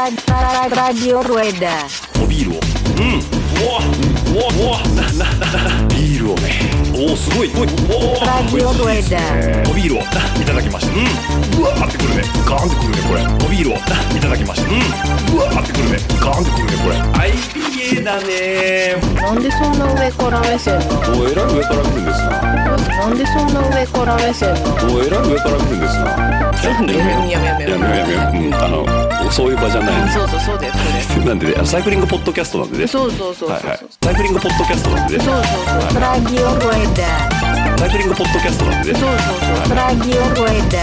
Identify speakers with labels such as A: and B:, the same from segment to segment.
A: Radio Rueda.
B: おビールをうんうわうわうわななななビールをねおおすごいおいおー
A: Radio
B: いいです
A: Rueda.
B: おビールをないただきましたうんうわーってくるねガーンってくるねこれおビールをないただきましたうんうわーってくるねガーンってくるねこれ IPA だね
C: なんでそんな上から目線なの
B: おえらい上から来るんですな
C: なんでそんな上から目線なの
B: おえらい上から来るんですなちょっとねやめ
C: やめやめ
B: やめやめやめうんあのそういう場じゃない
C: そうそうそうだよそ
B: なんでねサイクリングポッドキャストなんでね
C: れそうそうそうそう
B: はい
C: そう
B: はいサイクリングポッドキャストなんでね
C: そうそうそう
A: Radio Rueda.
B: サイクリングポッドキャストなんでね
C: そうそうそう
A: Radio Rueda.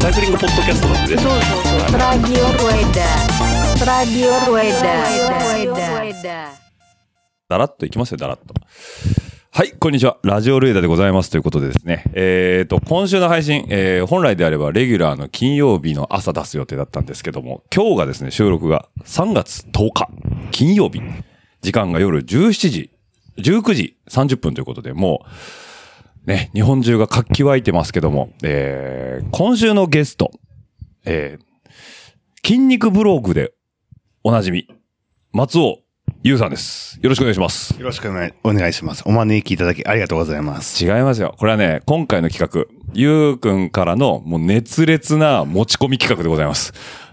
B: サイクリングポッドキャストなんでね
C: そうそうそう
A: Radio Rueda. Radio Rueda. Radio Rueda.
B: だらっといきますよ、だらっと。はい、こんにちは。ラジオレーダーでございますということでですね。えっ、と、今週の配信、えー本来であればレギュラーの金曜日の朝出す予定だったんですけども、今日がですね、収録が3月10日、金曜日。時間が夜17時、19時30分ということで、もう、ね、日本中が活気湧いてますけども、えー今週のゲスト、えー筋肉ブログでおなじみ、松尾優さんです。よろしくお願いします。
D: よろしくお願いお願いします。お招きいただきありがとうございます。
B: 違いますよ。これはね、今回の企画、ゆうくんからのもう熱烈な持ち込み企画でございます。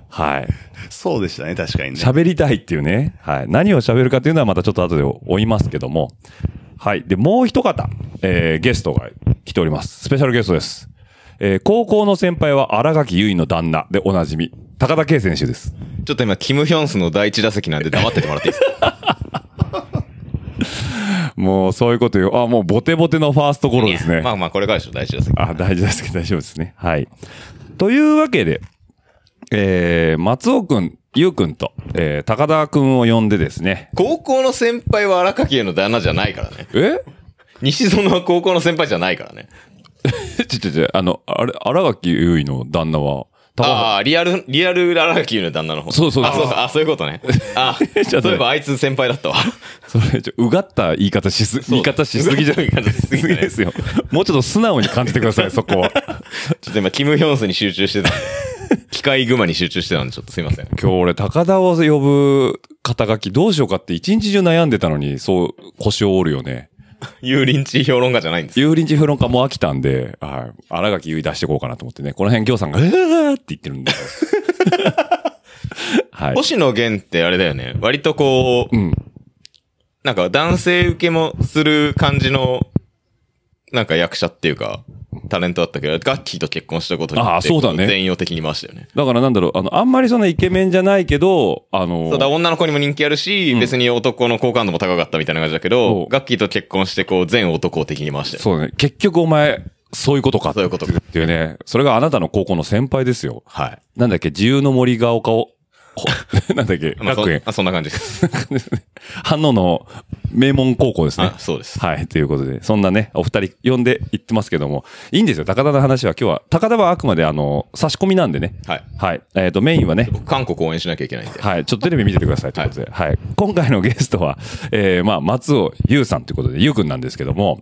B: はい。
D: そうでしたね、確かにね。
B: 喋りたいっていうね。はい。何を喋るかっていうのはまたちょっと後で追いますけども。はい。で、もう一方、えー、ゲストが来ております。スペシャルゲストです。えー、高校の先輩は荒垣結衣の旦那でおなじみ、高田圭選手です。
E: ちょっと今、キム・ヒョンスの第一打席なんで黙っててもらってい いですか
B: もうそういうこと言う。あ、もうボテボテのファーストゴロですね。
E: まあまあ、これからでしょ、第一打席。
B: あ、大事ですけど大丈夫ですね。はい。というわけで、えー、松尾くん、ゆうくんと、えー、高田くんを呼んでですね。
E: 高校の先輩は荒垣への旦那じゃないからね。
B: え
E: 西園は高校の先輩じゃないからね。
B: ちょちょちょ、あの、あれ、荒垣結衣の旦那は、
E: ああ、リアル、リアル荒垣の旦那の方。
B: そうそう
E: あ、そうか、あ、そういうことね。あ、
B: ちょっと
E: そういえばあいつ先輩だったわ。
B: それ、ちょ、うがった言い方しす、言い方しすぎじゃな
E: うがった
B: い
E: 言い方しすぎだね
B: ですよ。もうちょっと素直に感じてくだ さい、そこは。
E: ちょっと今、キム・ヒョンスに集中してた んで。機械グマに集中してたんで、ちょっとすいません。
B: 今日俺、高田を呼ぶ肩書きどうしようかって一日中悩んでたのに、そう、腰を折るよね。
E: 有林地評論家じゃないんです。
B: 油淋地評論家も飽きたんで、はい。荒垣結衣出していこうかなと思ってね。この辺、行さんが、えーって言ってるんで。はい。
E: 星野源ってあれだよね。割とこう、
B: うん。
E: なんか男性受けもする感じの、なんか役者っていうか、タレントだったけど、ガッキーと結婚したことによって
B: ああそうだね
E: 全容的に回したよね。
B: だからなんだろう、あの、あんまりそのイケメンじゃないけど、あの、
E: そうだ、女の子にも人気あるし、
B: ん
E: 別に男の好感度も高かったみたいな感じだけ
B: そ
E: ど
B: う、
E: ガッキーと結婚して、こう、全男を的に回したよね。
B: そうね。結局お前、そういうことか。
E: そういうことか
B: っていうね。それがあなたの高校の先輩ですよ。
E: はい。
B: なんだっけ、自由の森が丘を、ほなんだっけ、
E: まあ、そ
B: 学園。
E: あそんな感じ です。
B: 反応の名門高校ですね
E: あ。そうです。
B: はい。ということで、そんなね、お二人呼んで言ってますけども、いいんですよ。高田の話は今日は、高田はあくまであの、差し込みなんでね。
E: はい。
B: はい。えっ、と、メインはね、
E: 僕、韓国応援しなきゃいけないんで。
B: はい。ちょっとテレビ見ててくださいということで、はい。今回のゲストは、えー、まあ、松尾優さんということで、優くんなんですけども、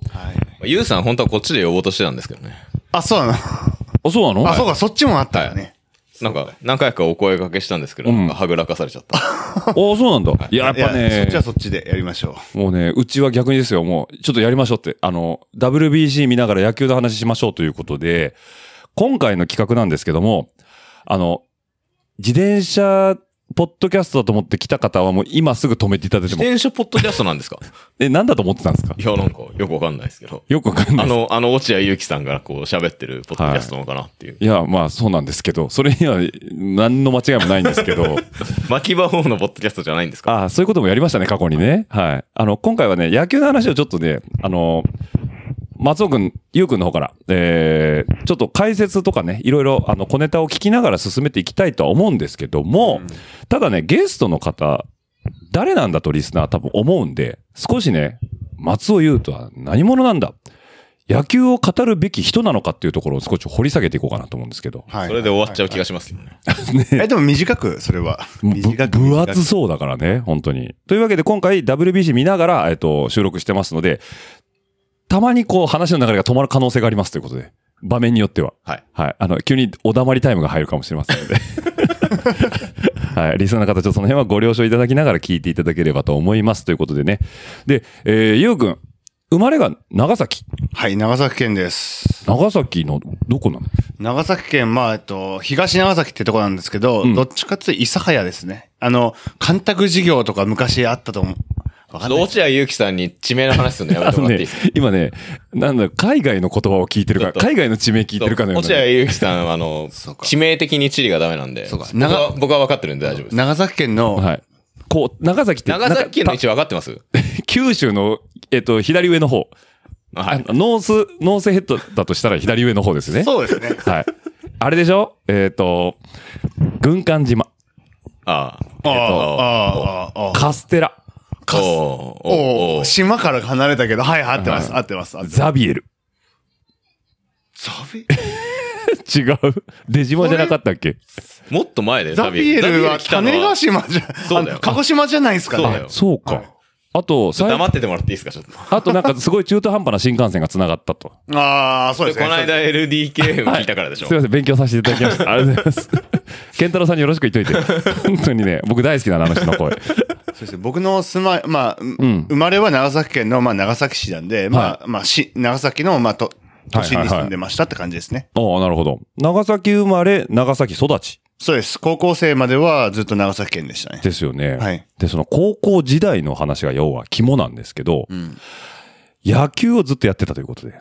E: ゆうさん、本当はこっちで呼ぼうとしてたんですけどね。
D: あ、そうなの。
B: あ、そうなの
D: あ、そうか、そっちもあったよね。
E: なんか、何回かお声掛けしたんですけど、
B: うん
E: なんかはぐらかされちゃった。
B: おそうなんだ。いや、やっぱ
D: いやそっちは
B: ね、
D: そっちでやりましょ
B: もうね、うちは逆にですよ、もう、ちょっとやりましょうって、あの、WBC 見ながら野球の話しましょうということで、今回の企画なんですけども、あの、自転車、ポッドキャストだと思って来た方はもう今すぐ止めていただいて
E: 自
B: も、
E: 転車ポッドキャストなんですか
B: え、なんだと思ってたんですか
E: いや、なんか、よくわかんないですけど。
B: よくわかんない
E: あ
B: です。
E: の、あの、落合ゆうきさんがこう喋ってるポッドキャストなのかなっていう。
B: いや、まあそうなんですけど、それには何の間違いもないんですけど、
E: 巻き場方のポッドキャストじゃないんですか
B: ああ、そういうこともやりましたね、過去にね。はい。あの、今回はね、野球の話をちょっとね、あの、松尾くん、ゆうくんの方から、えー、ちょっと解説とかね、いろいろ、あの、小ネタを聞きながら進めていきたいとは思うんですけども、ただね、ゲストの方、誰なんだとリスナー多分思うんで、少しね、松尾優とは何者なんだ野球を語るべき人なのかっていうところを少し掘り下げていこうかなと思うんですけど。
D: う。はい。
E: それで終わっちゃう
D: はい
E: 気がしますけどね。
D: え、でも短く、それは。
B: もうぶ
D: 短く。
B: 分
D: 短く
B: 厚そうだからね、本当に。というわけで今回 WBC 見ながら、えっと、収録してますので、たまにこう話の流れが止まる可能性がありますということで。場面によっては。
E: はい。
B: はい。あの、急におだまりタイムが入るかもしれませんので。はい。リスナーの方、ちょっとその辺はご了承いただきながら聞いていただければと思います。ということでね。で、えー、ゆうくん、生まれが長崎。
D: はい、長崎県です。
B: 長崎の、どこなの
D: 長崎県、まあ、えっと、東長崎ってとこなんですけど、
B: ん
D: どっちかっていうと諫早ですね。あの、干拓事業とか昔あったと思う。わかんない。
E: 落合ゆうきさんに地名の話するのやめ
B: あ
E: ても
B: の
E: らってい
B: ね
E: いですか、
B: 今ね、なんだ、海外の言葉を聞いてるか
E: ちょっと
B: 海外の地名聞いてるかのような
E: 落
B: ね、
E: 合ゆうきさんは、あの
D: そう、か
E: 致命的に地理がダメなんで、
D: そうか
E: 僕は僕は分かってるんで大丈夫です。
D: 長崎県の、
B: はい。こう、長崎って、
E: 長崎県の
B: なん
E: 位
B: か
E: 置分かってます
B: た九州の、えっと、左上の方。
E: あは
B: あ
E: い。
B: のノース、ノースヘッドだとしたら左上の方ですね。
D: そうですね。
B: はい。あれでしょえっ、と、軍艦島、
E: ああ。
D: ああ、ああ、ああ。
B: カステラ、
E: おー
D: お
E: お
D: お
E: ー
D: 島から離れたけど、はい、合ってます、合ってます、合ってます。
B: ザビエル。
D: ザビ、
B: 違う出島じゃなかったっけ
E: もっと前で、
D: ザビエルは
E: ザビ
D: 種
E: エル
D: 子
E: 来
D: 島じゃ、
E: そうだよ
D: あ鹿児島じゃないですか
E: そうだ
D: ね
E: よ。
B: そうか。あと、
E: たのは黙
B: 最
E: っててもらっていいですか、ちょっと。
B: あとなんかすごい中途半端な新幹線が繋がったと。
D: ああ、そうです
E: こ
D: ね。
E: の間 LDKM 聞いたからでしょ
B: すい。ません、勉強させていただきました。ありがとうござい ます。健太郎さんによろしく言っといて。本当にね、僕大好きなのあの人の声。
D: そうですね僕の住まい、まあ、
B: ん
D: 生まれは長崎県の、まあ、長崎市なんで、まあ、まあ、し、長崎の、まあ、と、都心に住んでましたって感じですね。
B: ああ、なるほど。長崎生まれ、長崎育ち
D: そうです。高校生まではずっと長崎県でしたね。
B: ですよね。
D: はい
B: で、その高校時代の話が要は肝なんですけど、
D: ん
B: 野球をずっとやってたということで、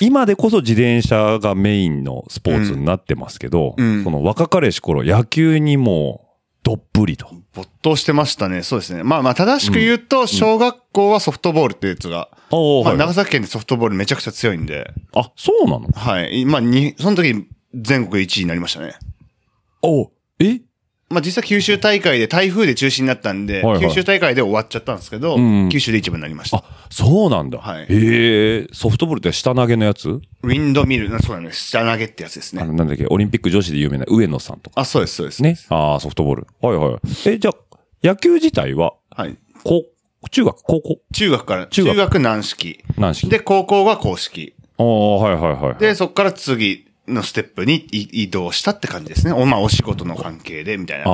B: 今でこそ自転車がメインのスポーツになってますけど、
D: うんうん
B: その若かりし頃、野球にもうどっぷりと。
D: 没頭してましたね。そうですね。まあまあ、正しく言うと、小学校はソフトボールっていうやつが、
B: おー
D: まあ、
B: はい
D: 長崎県でソフトボールめちゃくちゃ強いんで、
B: あ、そうなの
D: はい。まあ、に、その時、全国1位になりましたね。
B: おえ
D: まあ、実際九州大会で台風で中止になったんで、
B: はいはい
D: 九州大会で終わっちゃったんですけど、
B: うん
D: 九州で一部になりました。
B: あ、そうなんだ。
D: はい
B: へえ、ソフトボールって下投げのやつ
D: ウィンドミル、なそうなんです。下投げってやつです
B: あ
D: ね。
B: の、なんだっけ、オリンピック女子で有名な上野さんとか。
D: あ、そうです、そうです。
B: ね。ああ、ソフトボール。はいはい。え、じゃあ、野球自体は、
D: はい。
B: 高、中学、高校
D: 中学から、
B: 中
D: 中
B: 学
D: 学軟式。
B: 軟式
D: で、高校が公式。
B: ああ、はいはいはい。
D: で、そこから次のステップに移移動したって感じですね。おまあ、お仕事の関係で、みたいな。
B: ああ、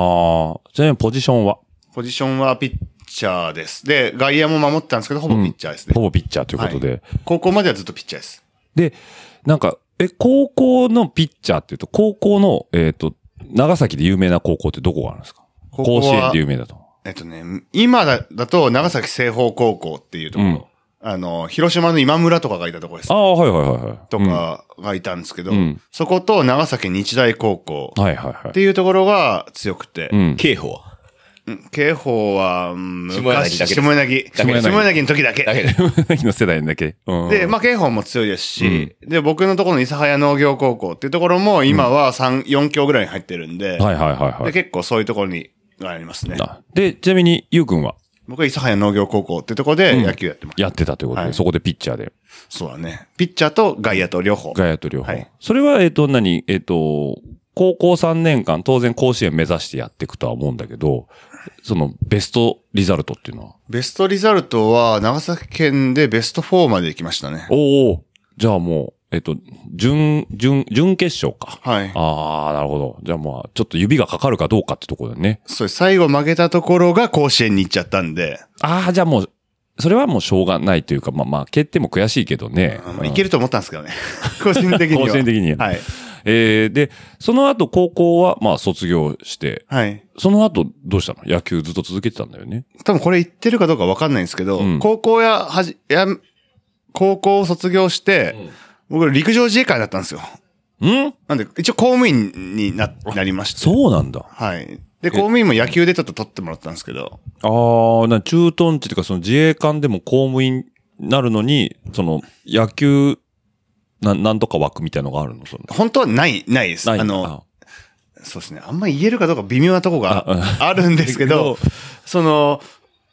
B: ちなみにポジションは、
D: ポジションはピッチャーです。で、外野も守ってたんですけど、ほぼピッチャーですね。
B: ほぼピッチャーということで。
D: は高校まではずっとピッチャーです。
B: で、なんか、え、高校のピッチャーっていうと、高校の、えっ、と、長崎で有名な高校ってどこがあるんですか
D: 高校は
B: 甲子園で有名だと。
D: えっとね、今だだと長崎西方高校っていうところ、あの、広島の今村とかがいたところです
B: あ。あ、はいはいはいはい。
D: とかがいたんですけど、
B: うん
D: そこと長崎日大高校
B: うん。はいはいは
D: っ
B: い。
D: ていうところが強くて、
B: うん。
E: 刑法は
D: 刑法は、うん
E: 下柳だけ
D: 昔下柳。
B: だけです
D: 下柳の時だけ。
E: だけで。
B: の世代だけ。うん。
D: で、まあ、刑法も強いですし、で、僕のところの諫早農業高校っていうところも、今は3、4校ぐらいに入ってるん
B: は
D: で、
B: いはいはいは
D: で
B: い。
D: 結構そういうところに、がありますね。
B: あで、ちなみに、ゆうくんは
D: 僕は諫早農業高校っていうところで野球やってます。
B: やってたということで、
D: はい
B: そこでピッチャーで、
D: そうだね。ピッチャーと外野と両方。
B: 外野と両方。
D: はい
B: それは、えっ、と、何えっ、と、高校3年間、当然甲子園目指してやっていくとは思うんだけど、その、ベストリザルトっていうのは
D: ベストリザルトは、長崎県でベスト4まで行きましたね。
B: おおじゃあもう、えっと、準、準、準決勝か。
D: はい。
B: ああ、なるほど。じゃあまあ、ちょっと指がかかるかどうかってところだね。
D: そうです最後負けたところが甲子園に行っちゃったんで、
B: ああ、じゃあもう、それはもうしょうがないというか、まあまあ、蹴っても悔しいけどね。
D: まあいけると思ったんですけどね。 個人的には。
B: 甲子園的には
D: はい。
B: えー、で、その後高校はまあ卒業して、
D: はい。
B: その後どうしたの野球ずっと続けてたんだよね。
D: 多分これ言ってるかどうかわかんないんですけど、
B: うん
D: 高校や、はじ、や、高校を卒業して、僕陸上自衛官だったんですよ。
B: ん
D: なんで、一応公務員にな、なりました。
B: そうなんだ。
D: はい。で、公務員も野球でちょっと取ってもらったんですけど、
B: ああ、な駐屯地というか、その自衛官でも公務員になるのに、その野球、ななんとか枠みたいのがあるのその
D: 本当はない、ないです。
B: ない
D: あの、そうですね。あんま言えるかどうか微妙なとこがあるんです けど、その、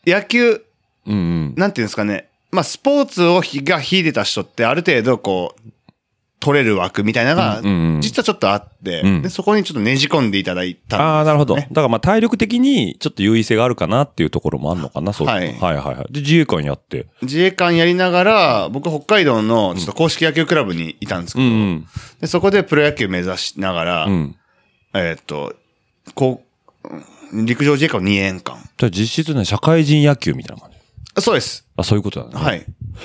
D: 野球、
B: うんうん。
D: なんていうんですかね、まあ、スポーツをひが秀でた人って、ある程度、こう、取れる枠みたいなのが
B: うんうんう、ん
D: 実はちょっとあって、
B: うん
D: でそこにちょっとねじ込んでいただいたんですよね
B: ああ、なるほど。だからまあ体力的にちょっと優位性があるかなっていうところもあるのかな、そう
D: はい
B: はいはいはい。で、自衛官やって。
D: 自衛官やりながら、僕北海道のちょっと公式野球クラブにいたんですけ
B: う
D: ど、
B: ん
D: でそこでプロ野球目指しながら、
B: うん。うん。
D: えーっと、こう、うん陸上自衛官を2年間。
B: じゃあ実質ね、社会人野球みたいな感じ。
D: そうです。
B: あ、そういうことだね。
D: はい。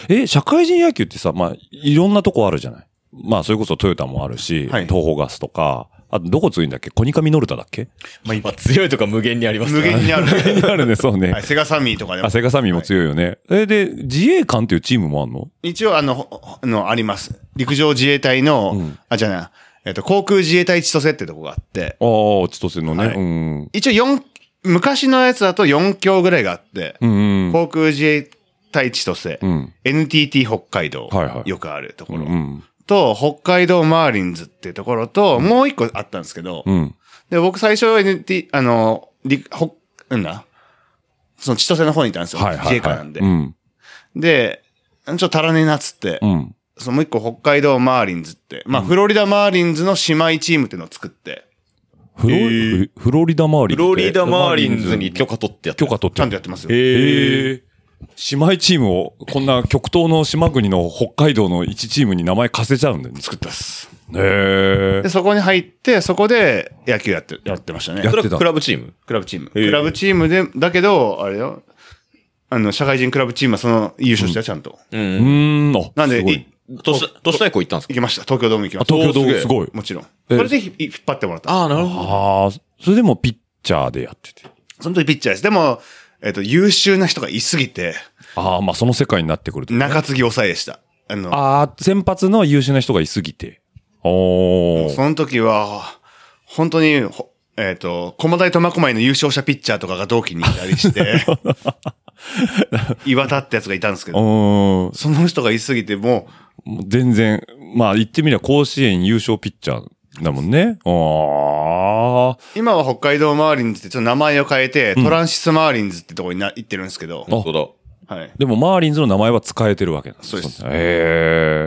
B: え、社会人野球ってさ、まあ、いろんなとこあるじゃないまあ、それこそトヨタもあるし、
D: はい
B: 東宝ガスとか、あとどこ強いんだっけコニカミノルタだっけ
E: まあ、今強いとか無限にありますか
D: 無
E: ら
D: 限にある。
B: あるね、そうね。
D: はい、セガサミーとかでも
B: あ、。セガサミーも強いよね。え、で、自衛官っていうチームもあんの
D: 一応、あの、ほの、あります。陸上自衛隊の、
B: うん
D: あ、じゃあな、えーっと、航空自衛隊千歳ってとこがあって、
B: ああ、千歳のね。
D: はい
B: うん。
D: 一応四昔のやつだと4強ぐらいがあって、
B: うんうん。
D: 航空自衛隊千歳、
B: うん。
D: NTT 北海道、
B: はいはい
D: よくあるとこ
B: う
D: ろ。
B: ん。
D: と、北海道マーリンズっていうところと、もう一個あったんですけど、
B: うん。
D: で、僕最初 NT、あの、りほ、なんだその千歳の方にいたんですよ。
B: はいはい、はい。
D: 自衛官なんで。
B: うん。
D: で、ちょっと足らねえなっつって、
B: うん。
D: そのもう一個北海道マーリンズって、まあ、フロリダマーリンズの姉妹チームっていうのを作って、
B: フロ,、
E: えー
B: フロリダマーリン
E: フ
B: ズ。
E: ロリダマーリンズに許可取ってやって
B: 許
E: る。
B: 可取ってる
D: ちゃんとやってますよ。
B: へえ。姉妹チームを、こんな極東の島国の北海道の一チームに名前貸せちゃうんだよね。
D: 作ったっす。
B: へ
D: で、そこに入って、そこで野球やって、やってましたね。
B: や
E: そ
B: っ
E: れ
B: てた
E: はクラブチーム
D: クラブチーム。
E: へえ
D: クラブチームで、だけど、あれよ、あの、社会人クラブチームはその優勝したよ、ちゃんと。
E: う
B: え。うー
E: ん。
B: ん、あ、
D: なん
B: す
D: で、
B: ごい
D: い
E: 年年太鼓行ったんですか
D: 行きました。東京ドーム行き
B: あ
D: ました。
B: 東京ドーム
E: おーすげえ
B: すごい。
D: もちろん。
B: え
D: それでひ引っ張ってもらった。
E: ああ、なるほど。
B: ああ、それでもピッチャーでやってて。
D: その時ピッチャーです。でも、えっ、と、優秀な人がいすぎて、
B: ああ、まあその世界になってくると。
D: 中継ぎ抑えでした。あの、
B: ああ、先発の優秀な人がいすぎて。おー。
D: その時は、本当に、ほえっ、と、駒大苫小牧の優勝者ピッチャーとかが同期にいた りして、岩田ってやつがいたんですけ
B: う
D: ど、
B: ーん。
D: その人がいすぎて、も
B: もう全然、まあ言ってみりゃ甲子園優勝ピッチャーだもんね。あ
D: う、今は北海道マーリンズってちょっと名前を変えて、トランシスマーリンズってとこにな行ってるんですけど、
B: あ
E: 本当だ。
D: はい
B: あ。。でもマーリンズの名前は使えてるわけなん
D: そうです
B: ねへ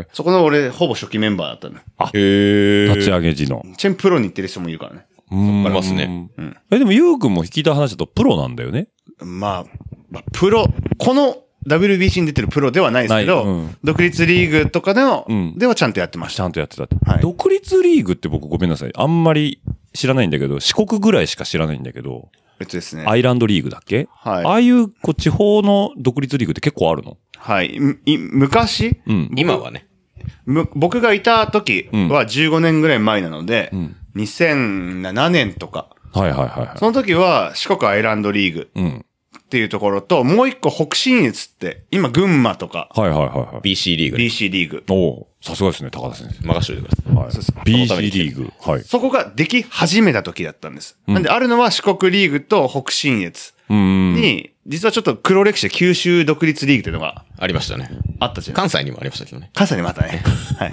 B: え。
D: そこの俺、ほぼ初期メンバーだったの。
E: へえ。
B: 立ち上げ時の。
D: チェンプロに行ってる人もいるからね。
B: あ
E: ありますね。
D: うん
B: え、でも、ゆうくんも聞いた話だとプロなんだよね。
D: まあ、まあ、プロ、この WBC に出てるプロではないですけど、
B: ないうん
D: 独立リーグとかでの、
B: うん
D: ではちゃんとやってまし
B: ちゃ
D: た。
B: んとやってたって。
D: はい
B: 独立リーグって僕ごめんなさい。あんまり知らないんだけど、四国ぐらいしか知らないんだけど、
D: 別ですね。
B: アイランドリーグだっけ
D: はい
B: ああいう、こう、地方の独立リーグって結構あるの
D: はい。い昔、
B: うん。
E: 今はね。
D: む僕がいた時は15年ぐらい前なので、
B: ん
D: 2007年とか、
B: はいはいはいはい。
D: その時は四国アイランドリーグ
B: うん。
D: っていうところと、もう一個北信越って、今群馬とか
B: はいはいはいはい。
E: BC リーグに
D: BC リーグ、
B: おおうさすがですね、高田先生。
E: 任しといてください。
B: はい。
D: そうです
B: BC リーグ。はい。
D: そこができ始めた時だったんです。なんで、あるのは四国リーグと北信越
B: うん。
D: に、実はちょっと黒歴史で九州独立リーグっていうのが
E: ありましたね。
D: あったじゃん。
E: 関西にもありましたけどね。
D: 関西にもあったね。はい。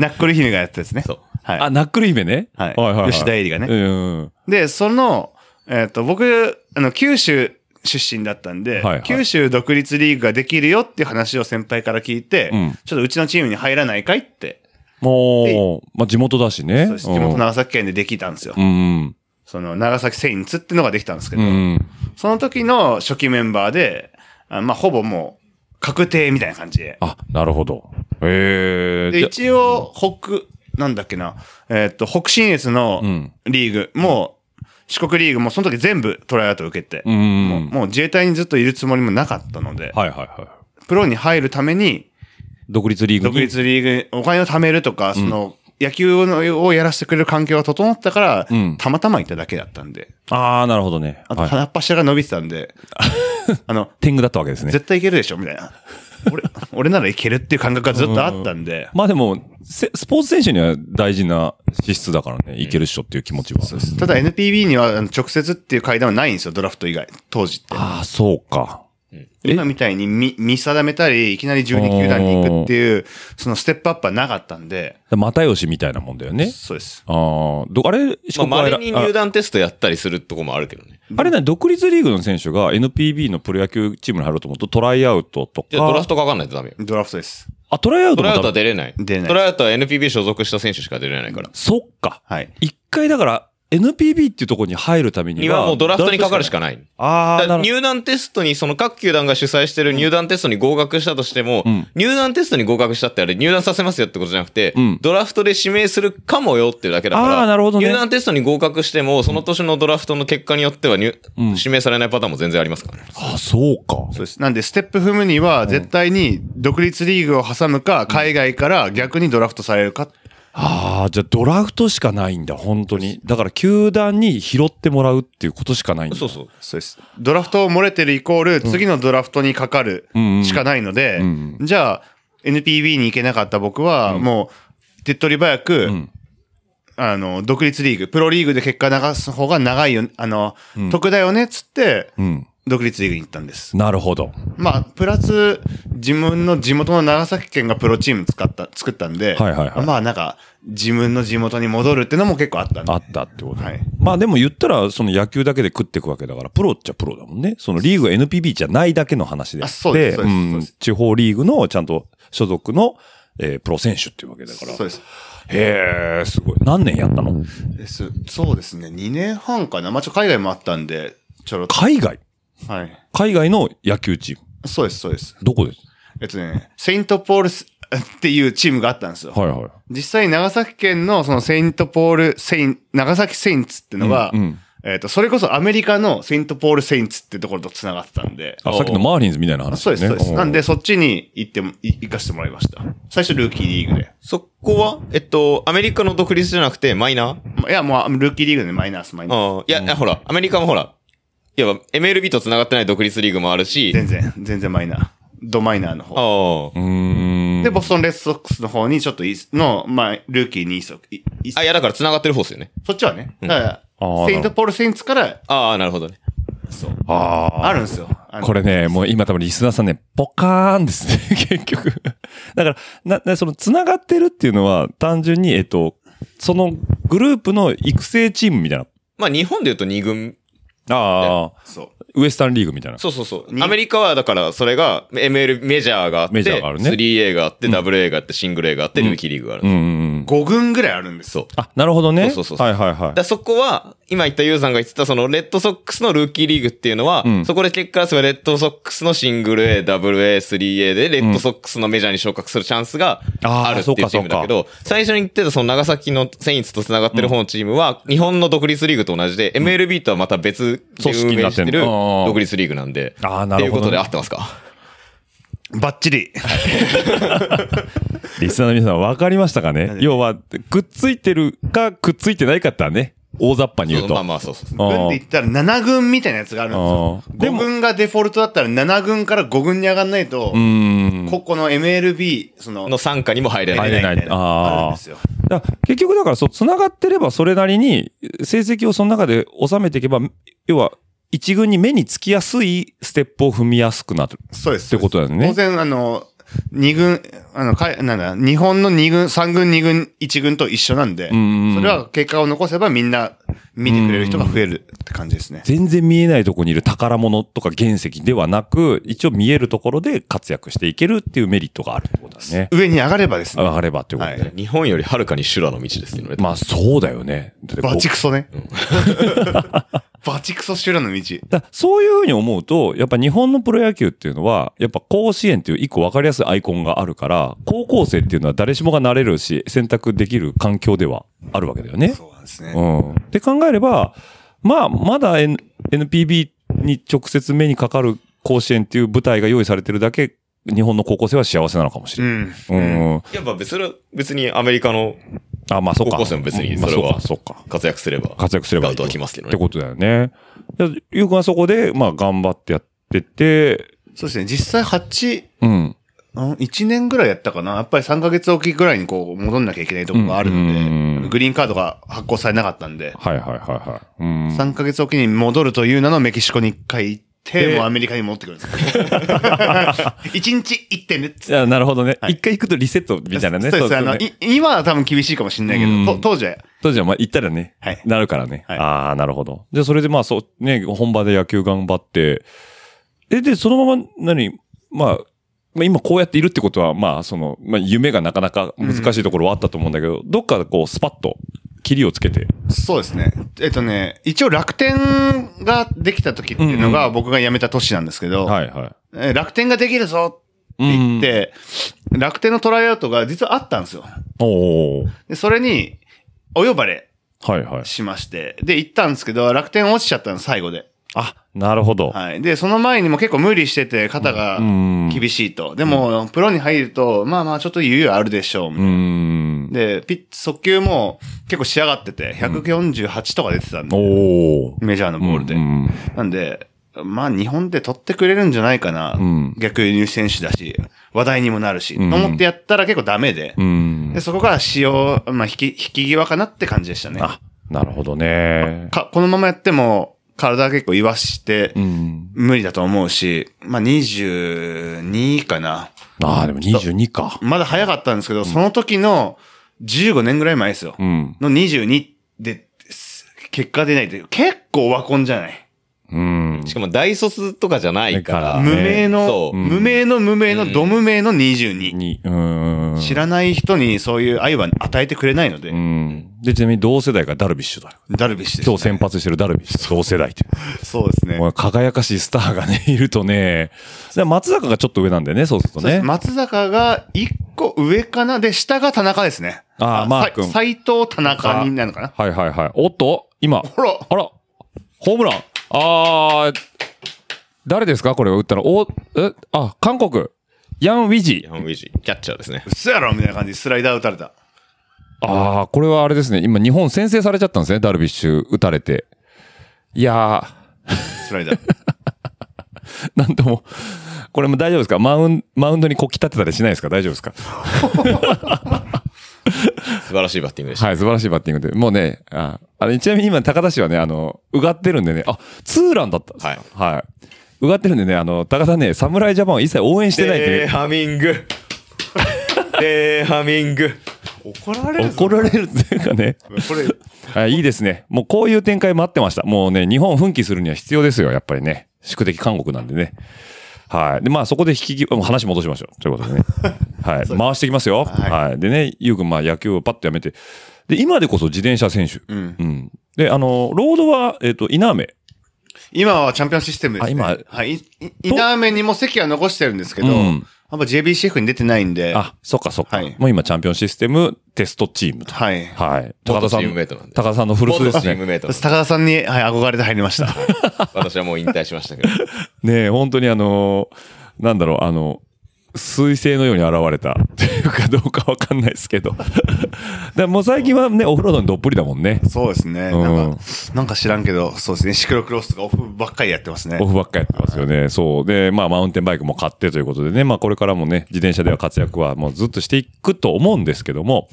D: ナックル姫がやったやつね。
E: そう
D: はい。
B: あ、ナックル姫ね。
D: はい吉田絵里がね
B: うん。
D: で、その、えっ、と、僕、あの、九州出身だったんで、
B: はいはい
D: 九州独立リーグができるよっていう話を先輩から聞いて、
B: うん
D: ちょっとうちのチームに入らないかいって、
B: もう、まあ、地元だしね。
D: そうです地元
B: な。
D: 長崎県でできたんですよ。
B: うん。
D: その、長崎セインツってのができたんですけど、
B: うん。
D: その時の初期メンバーで、あまあ、ほぼもう、確定みたいな感じで。
B: あ、なるほど。ええ
D: で、一応、北、なんだっけな、えっ、と、北信越の
B: うん
D: リーグも、四国リーグも、その時全部トライアウト受けて、
B: うんうん
D: もうもう自衛隊にずっといるつもりもなかったので、
B: はいはいはい。
D: プロに入るために、
B: 独立リーグに
D: 独立リーグ、お金を貯めるとか、その、野球のをやらせてくれる環境が整ったから、
B: うん
D: たまたま行っただけだったんで、
B: ああ、なるほどね。
D: あと、
B: はい
D: 鼻っ柱が伸びてた んで、あの、
B: 天狗だったわけですね。
D: 絶対いけるでしょみたいな。俺、俺ならいけるっていう感覚がずっとあったんで、
B: まあでも、せスポーツ選手には大事な資質だからね、いけるっしょっていう気持ちは。
D: ただ NPB にはあの直接っていう階段はないんですよ、ドラフト以外、当時って。
B: ああ、そうか。
D: 今みたいに見見定めたり、いきなり12球団に行くっていう、そのステップアップはなかったんで、
B: 又吉みたいなもんだよね。
D: そうです。
B: ああ、ど、あれ、四
E: まあ、
B: 国アイ
E: 稀
B: ラ
E: に
B: あ
E: 入団テストやったりするとこもあるけどね。
B: あれね、独立リーグの選手が NPB のプロ野球チームに入ろうと思うと、トライアウトとか、
E: じゃあドラフトかかんないとダメよ。
D: ドラフトです。
B: あ、トライアウト
E: ト
B: も
E: ライ
B: 多
E: アウトは
B: 分
E: 出れない。
D: 出れない
E: トライアウトは NPB 所属した選手しか出れないから。
B: そっか。
D: はい。
B: 一回だから、NPB っていうところに入るために
E: に
B: は。
E: はもうドラフトにかかるしか
B: ない。
E: ない。
B: あ
E: だ
B: あ、な
E: から
B: るほど。
E: 入団テストに、その各球団が主催してる入団テストに合格したとしても、
B: うん
E: 入団テストに合格したってあれ入団させますよってことじゃなくて、
B: うん
E: ドラフトで指名するかもよっていうだけだか
B: あー
E: ら、
B: なるほどね
E: 入団テストに合格しても、その年のドラフトの結果によっては入、
B: うん
E: 指名されないパターンも全然ありますからね。
B: あ、そうか。
D: そうです。なんで、ステップ踏むには、絶対に独立リーグを挟むか、海外から逆にドラフトされるか。
B: ああ、じゃあドラフトしかないんだ、本当に。だから球団に拾ってもらうっていうことしかないんだ。
E: そうそう。
D: そうです。ドラフトを漏れてるイコール、次のドラフトにかかる
B: うんうん
D: しかないので
B: うん、
D: じゃあ、NPB に行けなかった僕は、もう、手っ取り早く、
B: ん
D: あの、独立リーグ、プロリーグで結果流す方が長いよ、あの、得だよね、っつって、
B: うん。
D: 独立リーグに行ったんです。
B: なるほど。
D: まあ、プラス、自分の地元の長崎県がプロチーム使った、作ったんで、
B: はいはいはい
D: まあなんか、自分の地元に戻るってのも結構あったんで
B: あ。ったってこと、
D: はい
B: まあでも言ったら、その野球だけで食っていくわけだから、プロっちゃプロだもんね。そのリーグ NPB じゃないだけの話であって
D: あそうですそうです
B: ん
D: そうです
B: 地方リーグのちゃんと所属の、えープロ選手っていうわけだから。
D: そうです。
B: へえ、すごい。何年やったの
D: ですそうですね。2年半かな。まあ、ちょ、海外もあったんで、ちょろっと。
B: 海外
D: はい。
B: 海外の野球チーム。
D: そうです、そうです。
B: どこです
D: えっとね、セイントポールス っていうチームがあったんですよ。
B: はいはい。
D: 実際、長崎県のそのセイントポール、セイン、長崎セインツってのが、
B: うんうん
D: えっと、それこそアメリカのセイントポールセインツってところと繋がってたんで、
B: あ、さっきのマーリンズみたいな話
D: そう
B: だよ
D: で
B: ね。
D: す、そうです。
B: ん
D: なんで、そっちに行っても、い行かせてもらいました。最初、ルーキーリーグで。
E: そこは、えっと、アメリカの独立じゃなくてマイナー
D: まいや、もう、ルーキーリーグでマイナス、マイナス。
E: ああ、いや、いやほら、アメリカもほら、いや、MLB と繋がってない独立リーグもあるし、
D: 全然、全然マイナー。ドマイナーの方。
E: あ
B: うーん。
D: で、ボストンレッドソックスの方にちょっといの、まあ、ルーキーに移籍い移
E: あ、あ、
D: 籍
E: いや、だから繋がってる方ですよね。
D: そっちはね。だか
B: あー
D: ら、セイントポール・セインツから、
E: ああ、なるほどね。
D: そう、
B: ああ。
D: あるんですよ。あの
B: これね、もう今多分リスナーさんね、ポカーンですね、 結局。だから、な、な、その、繋がってるっていうのは、単純に、えっと、そのグループの育成チームみたいな。
E: まあ日本で言うと2軍。
B: ああ、
D: そう。
B: ウエスタンリーグみたいな。
E: そうそうそう。
D: に
E: アメリカはだからそれが ML メジャーがあって、
B: メジャーがあるね
E: 3A があって、WA があって、シングル A があって、ルーキーリーグがある。
B: うんうんうん。
D: 5軍ぐらいあるんです
E: そう
D: よ。。
B: あ、なるほどね。
E: そうそうそう
B: はいはいは
E: だか
B: い。
E: らそこは、今言ったユーさんが言ってた、その、レッドソックスのルーキーリーグっていうのは、
B: うん
E: そこで結果、それレッドソックスのシングル A、ダブル A、3A で、レッドソックスのメジャーに昇格するチャンスが
B: あー
E: あるっていうチームだけど、最初に言ってた、その、長崎のセインツと繋がってる方のチームは、日本の独立リーグと同じで、MLB とはまた別で
B: 組織
E: 運
B: にな
E: 営
B: っ
E: して
B: ん
E: て
B: の
E: る
B: あー
E: 独立リーグなんで、
B: あーな
E: って
B: る
E: いう
B: ほ
E: こ
B: どね
E: とで合ってますか
D: バッチリ。
B: リスナーの皆さん分かりましたかね要は、くっついてるか、くっついてないかってはね、大雑把に言うと。
E: まあまあ、そうそうそう。
B: あー
D: 軍で言ったら7軍みたいなやつがあるんです
B: あ
D: よ。
B: ーで
D: 5
B: も
D: 軍がデフォルトだったら7軍から5軍に上がんないと
B: う、ーん。
D: ここの MLB、その、
E: の参加にも入れない
B: 入。れない
D: みたなのがあるんですよ。
B: だから結局だからそう、繋がってればそれなりに成績をその中で収めていけば、要は一軍に目につきやすいステップを踏みやすくなる。
D: そうです。
B: ってことだよね
D: 当然、あの、二軍、あの、かいなんだ、日本の二軍、三軍、二軍、一軍と一緒なんで、
B: んうん
D: それは結果を残せばみんな見てくれる人が増えるって感じですね。
B: 全然見えないとこにいる宝物とか原石ではなく、一応見えるところで活躍していけるっていうメリットがあるってことだね。
D: 上に上がればですね。
B: 上がればということで。
D: はい
E: 日本よりはるかに修羅の道ですよね。
B: まあそうだよね。だってこう
D: バチクソね。 バチクソ修羅の道。
B: だからそういうふうに思うと、やっぱ日本のプロ野球っていうのは、やっぱ甲子園っていう一個分かりやすいアイコンがあるから、高校生っていうのは誰しもがなれるし、選択できる環境ではあるわけだよね。
D: そうなんですね。
B: うん。って考えれば、まあ、まだ、N、NPB に直接目にかかる甲子園っていう舞台が用意されてるだけ、日本の高校生は幸せなのかもし
D: う
B: れない。
D: ん。
B: うん。
E: やっぱ別に、別にアメリカの
B: あ、まあそうか。
E: 高校生も別にそれ
B: まあ
E: は
B: そうか、そうか。
E: 活躍すれば。
B: 活躍すればいい
E: スカウトは来ますけど
B: っ
E: ね
B: てことだよね。だからゆうくんはそこで、まあ頑張ってやってて、
D: そうですね。実際8、
B: うん。
D: うん1年ぐらいやったかな。やっぱり3ヶ月おきぐらいにこう戻んなきゃいけないところがあるので、
B: うんうん
D: グリーンカードが発行されなかったんで、
B: はいはいはいはい。うん。
D: 3ヶ月おきに戻るという名のメキシコに一回行って、
B: で
D: もうアメリカに戻ってくるんですよ。1日1点 ねっつって
B: あなるほどね。一、回行くとリセットみたいなね。
D: そうです。
B: ね
D: あの、い今は多分厳しいかもしれないけ
B: うん
D: ど、と当時は、
B: 当時はまあ行ったらね、
D: はい
B: なるからね。
D: はい
B: ああ、なるほど。で、それでまあそう、ね、本場で野球頑張って、え、で、そのまま何、まあ、まあ、今こうやっているってことは、まあ、その、まあ、夢がなかなか難しいところはあったと思うんだけど、どっかこう、スパッと、切りをつけて。
D: そうですね。えっとね、一応楽天ができた時っていうのが僕が辞めた年なんですけど、
B: はいはい。
D: えー楽天ができるぞって言って、楽天のトライアウトが実はあったんですよ。
B: おー。
D: でそれに、お呼ばれ
B: はいはい。
D: しまして、で、行ったんですけど、楽天落ちちゃったの、最後で。
B: あ、なるほど。
D: はい。で、その前にも結構無理してて、肩が
B: うん
D: 厳しいと。でも、プロに入ると、まあまあ、ちょっと猶予あるでしょうみた
B: う
D: い
B: ー
D: な。
B: ん。
D: で、ピッ、速球も結構仕上がってて、148とか出てたんで、
B: おー。
D: メジャーのボールで。
B: うん
D: なんで、まあ日本で取ってくれるんじゃないかな。
B: うん
D: 逆輸入選手だし、話題にもなるし、
B: うん
D: と思ってやったら結構ダメで、
B: うん。
D: でそこから使用、まあ引き、引き際かなって感じでしたね。
B: あ、なるほどね。
D: かこのままやっても、体結構言わして
B: う、ん。
D: 無理だと思うし、まあ22かな。
B: ああ、でも22か。
D: まだ早かったんですけど、その時の15年ぐらい前ですよ。
B: うん。
D: の22で、す結果出ないって、結構ワコンじゃない
B: うん。
E: しかも大卒とかじゃないか
B: だ
E: ら。
B: ね
D: 無名の
E: そ、う
D: 無名の無名の、ど無名の22。
B: に、うーん。
D: 知らない人にそういう愛は与えてくれないので、
B: うん。で、ちなみに同世代がダルビッシュだよ。
D: ダルビッシュです、
B: 今日先発してるダルビッシュ。同世代って。
D: そうですね。
B: もう輝かしいスターがね、いるとね。で松坂がちょっと上なんだよね、そうすると
D: そうです
B: ね。
D: 松坂が1個上かなで、下が田中ですね。
B: あーマー君
D: 斎藤田中になるのかな
B: はいはいはい。おっと今。
D: ほら
B: あらホームランあー、誰ですかこれを打ったの。お、え、あ、韓国。ヤン・ウィジ
E: 日。本ウィジ、キャッチャーですね。
D: 嘘やろみたいな感じでスライダー打たれた。
B: ああ、これはあれですね。今、日本先制されちゃったんですね。ダルビッシュ打たれて。いや
D: スライダー。
B: ー、なんとも、これも大丈夫ですかマウンマウンドにこき立てたりしないですか大丈夫ですか
E: 素晴らしいバッティングでした。
B: はい、素晴らしいバッティングで。もうね、ああれちなみに今、高田氏はね、あの、うがってるんでね、あ、ツーランだったんですよはい。うがってるんでね、あの、高田ね、侍ジャパンを一切応援してないって
E: で
B: ね、
E: ハミング。でハミング。
D: 怒られる
B: 怒られるっていうか ね、
D: これ、
B: あいいですね。もうこういう展開待ってました。もうね、日本奮起するには必要ですよ、やっぱりね。宿敵韓国なんでね。はい。で、まあそこで引き際、もう話戻しましょう。ということでね。はい。回していきますよ。はい。でね、ゆうくん、まあ野球をパッとやめて。で、今でこそ自転車選手。
D: うん
B: うん。で、あの、ロードは、えっ、と、稲目。
D: 今はチャンピオンシステムです、ね。
B: あ今
D: はい。いい稲目にも席は残してるんですけど、
B: うん
D: やっぱ JBCF に出てないんで、
B: あ、そっかそっか。
D: はい
B: もう今、チャンピオンシステムテストチームと。
D: はい。
B: はい。高
E: 元
B: 田さ
E: チームメ
B: ん
E: イトなん、で
B: 高田さんの古巣
E: 元
B: で
E: チ
B: す
E: ーム
B: ね。
E: メイト
D: 高。田さんに、はい、憧れて入り ました。
E: 私はもう引退しましたけど。
B: ねえ本当にあのーなんだろう、あの、彗星のように現れた。というかどうかわかんないですけど。 だからもう最近はね、お風呂のにどっぷりだもんね。
D: そうですね。
B: うん
D: なんか、なんか知らんけど、そうですね。シクロクロスとかオフばっかりやってますね
B: オ。フばっかやってますよね。そう。で、まあ、マウンテンバイクも買ってということでね、まあ、これからもね、自転車では活躍はもうずっとしていくと思うんですけども、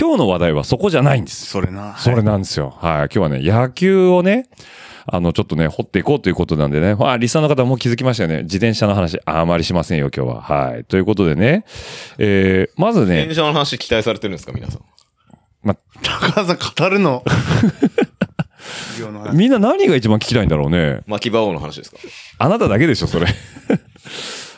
B: 今日の話題はそこじゃないんです。
D: それな。
B: それなんですよ。はい。今日はね、野球をね、あの、ちょっとね、掘っていこうということなんでね。あ、リスナーの方も気づきましたよね。自転車の話、あまりしませんよ、今日は。はい。ということでね。えー、まず
E: 電
B: ね、
E: 車の話期待されてるんですか、皆さん。
B: ま、
D: 高田さん語 るの。企業の話
B: みんな何が一番聞きたいんだろうね。
E: 巻き場王の話ですか
B: あなただけでしょ、それ。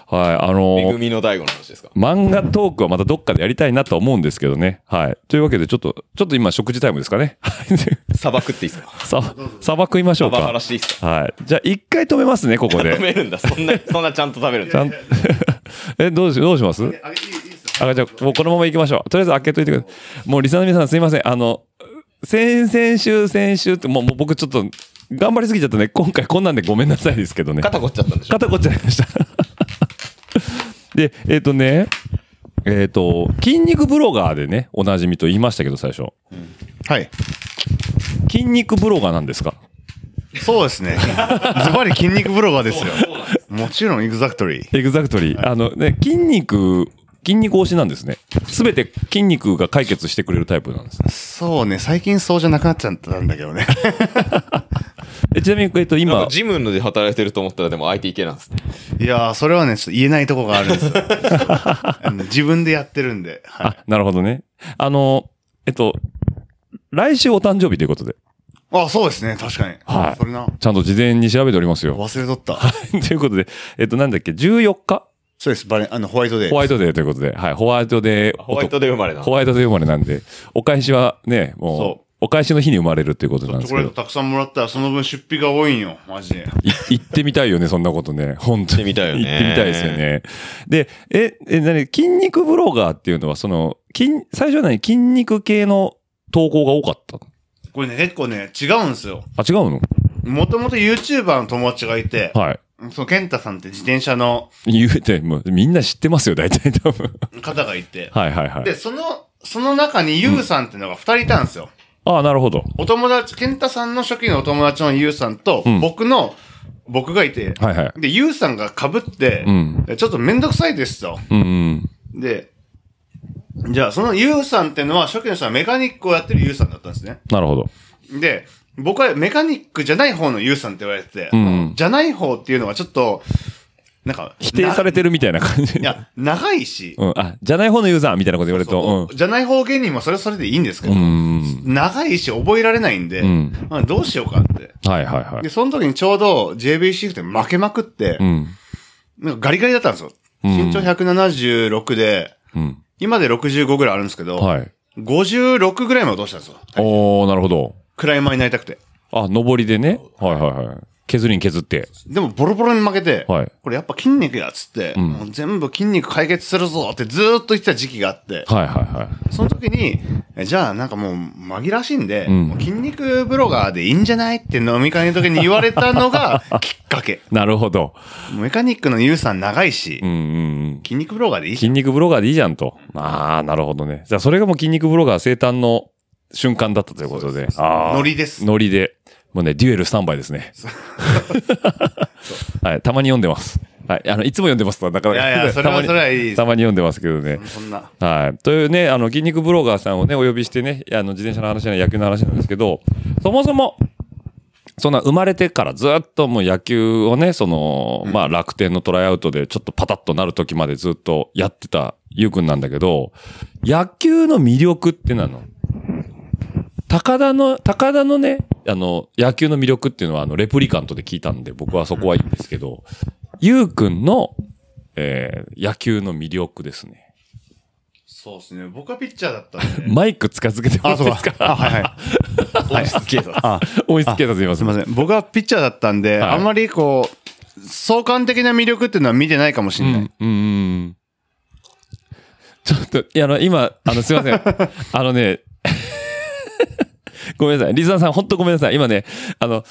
B: はい。あ
E: め
B: の
E: ぐみの大悟の話ですか
B: 漫画トークはまたどっかでやりたいなと思うんですけどね。はい。というわけで、ちょっと、ちょっと今食事タイムですかね。はい。
E: 砂漠っていいですか
B: さ、砂漠食いましょう
E: 砂漠
B: か。
E: 話でいいですか
B: はい。じゃあ、一回止めますね、ここ で
E: 食。べるんだ。そ んな、そんなちゃんと食べるんだ。
B: ちゃん え、どうし、どうします
D: あいいいいっすよ
B: あ、じゃあ、もうこのまま行きましょう。とりあえず開けといてください。もう、リスナーの皆さんすいません。あの、先々週、先週って、もうもう僕ちょっと、頑張りすぎちゃったね。今回こんなんでごめんなさいですけどね。
E: 肩凝っちゃったんでしょ
B: 肩こっちゃいました。 で、えっ、とね、えっ、と、筋肉ブロガーでね、おなじみと言いましたけど、最初。
D: はい。
B: 筋肉ブロガーなんですか
D: そうですね。ズバリ筋肉ブロガー ですよ。もちろん、エグザクトリー。
B: エグザクトリー。あのね、筋肉、筋肉推しなんですね。すべて筋肉が解決してくれるタイプなんです。
D: そうね。最近そうじゃなくなっちゃったんだけ どね。
B: えちなみに、えっと、
E: なん
B: 今
E: か、ジムので働いてると思ったらでも IT 系なんですね。
D: いやー、それはね、ちょっと言えないとこがある んですよ。あの自分でやってるんで。はい
B: あ、なるほどね。あの、えっと、来週お誕生日ということで、
D: あ、そうですね。確かに。
B: はい
D: それな。
B: ちゃんと事前に調べておりますよ。
D: 忘れとった。
B: ということで、えっと、なんだっけ、14日
D: そうです。バレン、あの、ホワイトデー。
B: ホワイトデーということで、はい、ホワイトデー、
E: ホワイトで生まれな
B: ホ。ワイトデー生まれなんで、お返しはね、
D: そ
B: もう、お返しの日に生まれるっていうことなんで
D: チ
B: す
D: ョ
B: け
D: コレート
B: ど、
D: たくさんもらったら、その分出費が多いんよ。マジで。
B: い行ってみたいよね、そんなことね。本当に。
E: 行ってみたいよね
B: 行ってみたいですよね。で、え、え、なに、筋肉ブロガーっていうのは、その、筋、最初は何、筋肉系の投稿が多かった
D: これね、結構ね、違うんですよ。
B: あ、違うの
D: もともと YouTuber の友達がいて、
B: はい。
D: そのケンタさんって自転車の
B: 言うて、もうみんな知ってますよ、大体多分。
D: 方がいて、
B: はいはいはい
D: で、。その、その中にユウさんってのが二人いたんですよ。
B: ああ、なるほど。
D: お友達、ケンタさんの初期のお友達のユウさんと、
B: うん
D: 僕の、僕がいて、
B: はいはい。
D: で、ユウさんが被って、
B: うん。
D: ちょっとめんどくさいですと。
B: うんうん。
D: で、じゃあ、そのユウさんってのは、初期の人はメカニックをやってるユウさんだったんですね。
B: なるほど。
D: で、僕はメカニックじゃない方のユウさんって言われてて、
B: うん
D: じゃない方っていうのはちょっと、なんか、
B: 否定されてるみたいな感じ。
D: いや、長いし、
B: うん。あ、じゃない方のユーザーみたいなこと言われる
D: そう
B: と。
D: じゃない方芸人もそれはそれでいいんですけ
B: う
D: ど、
B: ん。うん。
D: 長いし覚えられないんで、
B: うん
D: まあどうしようかって。
B: はいはいは
D: で、
B: い。
D: その時にちょうど JBC で負けまくって
B: う、ん。
D: なんかガリガリだったんですよ。
B: うん
D: 身長176で、
B: うん。
D: 今で65ぐらいあるんですけど、
B: はい。
D: 56ぐらいまで落としたんですよ。
B: おー、なるほど。
D: クライマーになりたくて。
B: あ、上りでね。はいはいはい。削りに削って。
D: でもボロボロに負けて、
B: はい
D: これやっぱ筋肉やっつって、
B: ん
D: もう全部筋肉解決するぞってずーっと言ってた時期があって、
B: はいはいは
D: その時に、えじゃあなんかもう紛らわしいんで、
B: ん
D: もう筋肉ブロガーでいいんじゃないって飲み会の時に言われたのがきっかけ。
B: い。なるほど。
D: メカニックのユウさん長いし、
B: うんうんうん。
D: 筋肉ブロガーでいいし
B: 筋肉ブロガーでいいじゃんと。ああ、なるほどね。じゃあ、それがもう筋肉ブロガー生誕の瞬間だったということで。ああ。
D: ノリです
B: ノリで。もうね、デュエルスタンバイですね。はい、たまに読んでます。はい、あの、いつも読んでますとはなかなか。
D: い やいやそれは
B: たまに
D: それはいいです
B: たまに読んでますけどね。
D: そんな。
B: はい。というね、あの、筋肉ブロガーさんをね、お呼びしてね、あの、自転車の話や野球の話なんですけど、そもそも、そんな生まれてからずっともう野球をね、その、まあ楽天のトライアウトでちょっとパタッとなる時までずっとやってたゆうくんなんだけど、野球の魅力ってなの高田の、高田のね、あの、野球の魅力っていうのはあの、レプリカントで聞いたんで僕はそこはいいんですけど、ゆうくんの、えー、野球の魅力ですね。
D: そうですね。僕はピッチャーだったん で。
B: マイク近づけてもらっていいですか
D: あ、はいはい。はい、警察。あ、
B: 音質警察います
D: すみません。僕はピッチャーだったんで、
B: はい
D: あんまりこう、相関的な魅力っていうのは見てないかもしれない。
B: うん、うん。ちょっと、いや、あの、今、あの、すいませ ん。あのね、ごめんなさい。リズナーさん、本当ごめんなさい。今ね、あの、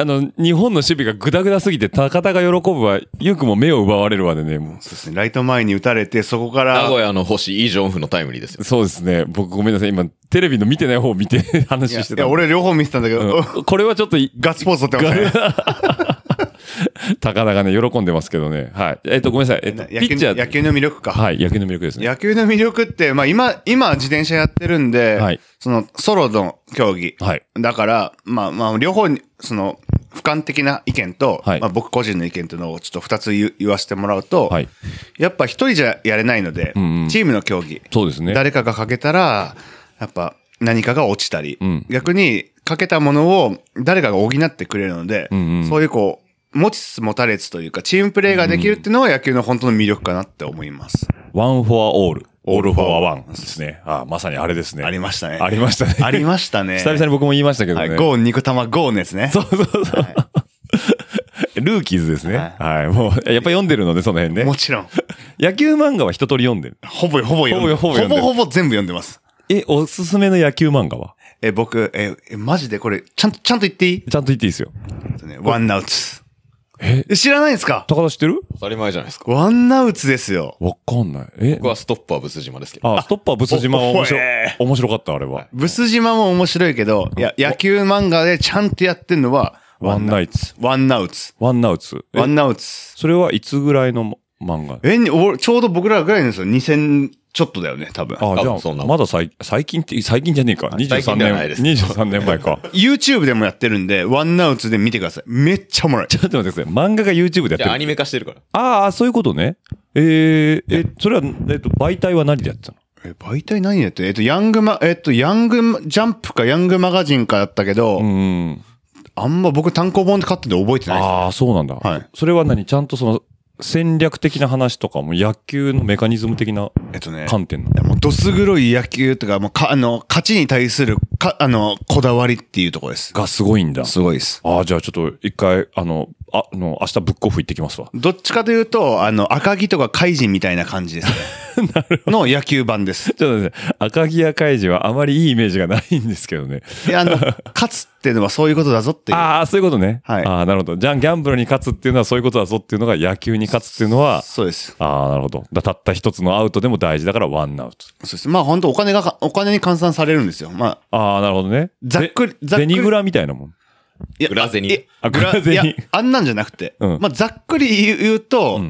B: あの、日本の守備がグダグダすぎて、高田が喜ぶは、ゆうくんも目を奪われるわでね、もう
D: そうですね。ライト前に打たれて、そこか
E: 名
D: ら、
E: 古屋の星、イ・ジョンフのタイムリーですよ。
B: そうですね。僕ごめんなさい。今、テレビの見てない方を見て
D: い
B: 話
D: や
B: して
D: い
B: た。
D: や、俺両方見てたんだけど、
B: うん、これはちょっとい、
D: ガッツポーズ取ってましたね。
B: 高田がね、喜んでますけどね。はい。えっと、ごめんなさい。えっと、ピ
D: 野球
B: ッチャー。
D: 野球の魅力か。
B: はい、野球の魅力ですね。
D: 野球の魅力って、まあ今、今自転車やってるんで、
B: はい
D: そのソロの競技。
B: はい。
D: だから、まあまあ両方に、その、俯瞰的な意見と、
B: はい
D: まあ僕個人の意見っていうのをちょっと二つ言う言わせてもらうと、
B: はい
D: やっぱ一人じゃやれないので、
B: んうん
D: チームの競技。
B: そうですね。
D: 誰かがかけたら、やっぱ何かが落ちたり、
B: ん
D: 逆にかけたものを誰かが補ってくれるので、
B: んうん
D: そういうこう、持ちつ持たれつというか、チームプレーができるっていうのは野球の本当の魅力かなって思 います。
B: ワンフォアオール。オールフォアワンですね。ああまさにあれですね。
D: ありましたね。
B: ありましたね。
D: ありましたね。
B: 久々に僕も言いましたけど
D: はい、
B: ね。
D: ゴー、肉玉、ゴーのやつね。
B: そうそうそう。ルーキーズですね。は。
D: はい
B: もう、やっぱ読んでるので、その辺ね
D: も。ちろん。
B: 野球漫画は一通り読んでる。
D: ほぼほぼ読んで
B: ほぼほぼ読んでる
D: ほぼほぼ全部読んでます。
B: え、おすすめの野球漫画は
D: え、僕、え、えマジでこれ、ちゃんと、ちゃんと言っていい
B: ちゃんと言っていいですよ。
D: えっとねワンナウツ。
B: え
D: え知らないんですか
B: 高田知ってる
E: 当たり前じゃないですか。
D: ワンナウツですよ。
B: わかんない。え
E: 僕はストッパーブス島ですけど。
B: あ、ストッパーブス島は面白
D: おおえ、
B: 面白かった、あれは。
D: ブス島も面白いけど、いや、野球漫画でちゃんとやってんのは、
B: ワンナイツ。
D: ワンナウツ。
B: ワンナウツ。え
D: ワンナウツ。
B: それはいつぐらいの漫画
D: え、におちょうど僕らぐらいなんですよ。2000ちょっとだよね、多分。
B: あ、
E: 多
B: じ
E: 分そ
B: ゃあ、
E: んな
B: まだ最最近って、最近じゃねえか。
E: 最
B: 23
E: 近ではないで
B: 年、
E: す
B: 23年前 か。
D: YouTube でもやってるんで、ワンナウツで見てください。めっちゃおもろい。
B: ちょっと待ってください。漫画が YouTube で
E: じ
B: や
E: ゃあ
B: ってる。
E: アニメ化してるから。
B: ああ、そういうことね。えー、え、それは、えっと、媒体は何でやってたの
D: え、媒体何やってえっと、ヤングマ、えっと、ヤングジャンプかヤングマガジンかだったけど、
B: うん。
D: あんま僕単行本で買ってて覚えてないです。
B: ああ、そうなんだ。
D: はい
B: それは何ちゃんとその、戦略的な話とかも野球のメカニズム的な
D: えっとね。
B: 観点なの
D: いやもうどす黒い野球とか、もうか、あの、勝ちに対する、か、あの、こだわりっていうところです。
B: がすごいんだ。
D: すごいです。
B: ああ、じゃあちょっと一回、あの、ああの、明日ブックオフ行ってきますわ。
D: どっちかというと、あの、赤城とか怪人みたいな感じですね。の野球版です。
B: ちょっとね、赤城屋怪人はあまりいいイメージがないんですけどね。
D: いや、あの、勝つっていうのはそういうことだぞっていう。
B: ああ、そういうことね。
D: はい
B: ああ、なるほど。じゃあ、ギャンブルに勝つっていうのはそういうことだぞっていうのが野球に勝つっていうのは、
D: そうです。
B: ああ、なるほど。だたった一つのアウトでも大事だからワンアウト。
D: そうです。まあ本当お金がか、お金に換算されるんですよ。まあ、
B: ああ、なるほどね。
D: ざっくり
B: ぜ
D: ざっくり
B: ゼニグラみたいなもん。
D: いや、
E: 裏銭
D: いや
B: あ
D: グラ
B: 裏銭
D: いや、あんなんじゃなくて。
B: うん
D: まあ、ざっくり言う言うと、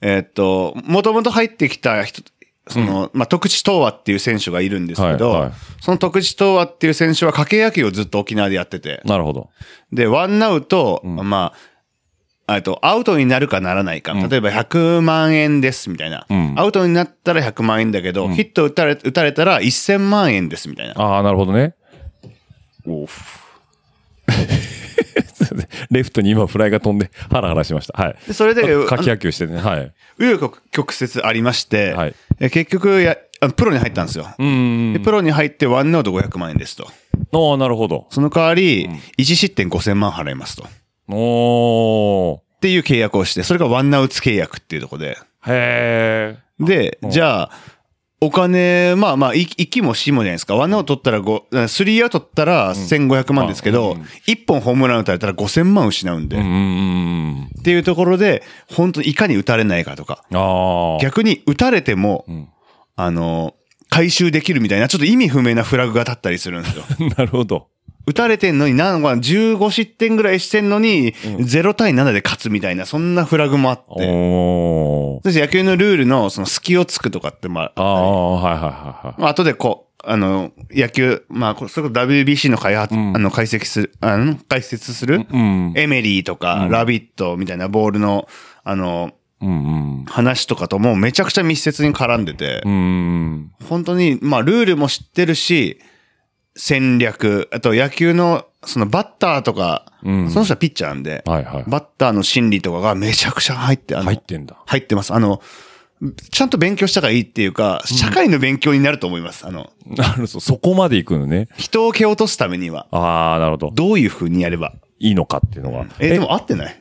D: えーっと、もともと入ってきた人、その、まあ、徳地東和っていう選手がいるんですけど、
B: はいはい
D: その徳地東和っていう選手は掛け野球をずっと沖縄でやってて、
B: なるほど。
D: で、ワンアウト、まあ、えっと、アウトになるかならないか。例えば100万円です、みたいな、
B: ん
D: アウトになったら100万円だけど、ヒット打たれ、打たれたら1000万円です、みたいな。
B: ああ、なるほどね。 レフトに今フライが飛んで、ハラハラしました。はい。
D: でそれで、
B: かき野球してね。はい。
D: 紆余曲折ありまして、
B: はい
D: え結局や、あプロに入ったんですよ。でプロに入ってワンアウト500万円ですと。
B: おー、なるほど。
D: その代わり、1失点5000万払いますと。っ
B: おー。
D: ていう契約をして、それがワンアウト契約っていうとこで。
B: へー。
D: で、じゃあ、お金、まあまあ、い行きもしもじゃないですか。ワンアウト取ったら5、スリーアウト取ったら1500万ですけど、1本ホームラン打たれたら5000万失うんで、
B: うん
D: っ
B: うんうん。
D: ていうところで、本当にいかに打たれないかとか、
B: あー。
D: 逆に打たれても、
B: ん
D: あの、回収できるみたいな、ちょっと意味不明なフラグが立ったりするんで すよ。
B: なるほど。
D: 打たれてんのに、なんか15失点ぐらいしてんのに、0対7で勝つみたいな、そんなフラグもあって。
B: おー。
D: そして野球のルールの、その隙をつくとかって、まあ、
B: ああ、はいはいはいはい。
D: まあ後でこう、あの、野球、まあ、こそれこそ WBC の開発、あの、解析する、あの、解説する、
B: うん。
D: エメリーとか、ラビットみたいなボールの、あの、
B: うん
D: 話とかともめちゃくちゃ密接に絡んでて、
B: うん。うん。
D: 本当に、まあ、ルールも知ってるし、戦略、あと野球の、そのバッターとか、
B: うん
D: その人はピッチャーなんで、
B: はいはい。
D: バッターの心理とかがめちゃくちゃ入って、あの
B: 入ってんだ。
D: 入ってます。あの、ちゃんと勉強したからいいっていうか、社会の勉強になると思います。あの、
B: なるほど。そこまで行くのね。
D: 人を蹴落とすためには、
B: ああ、なるほど。
D: どういう風にやれば。
B: いいのかっていうのが。
D: え、でも合ってない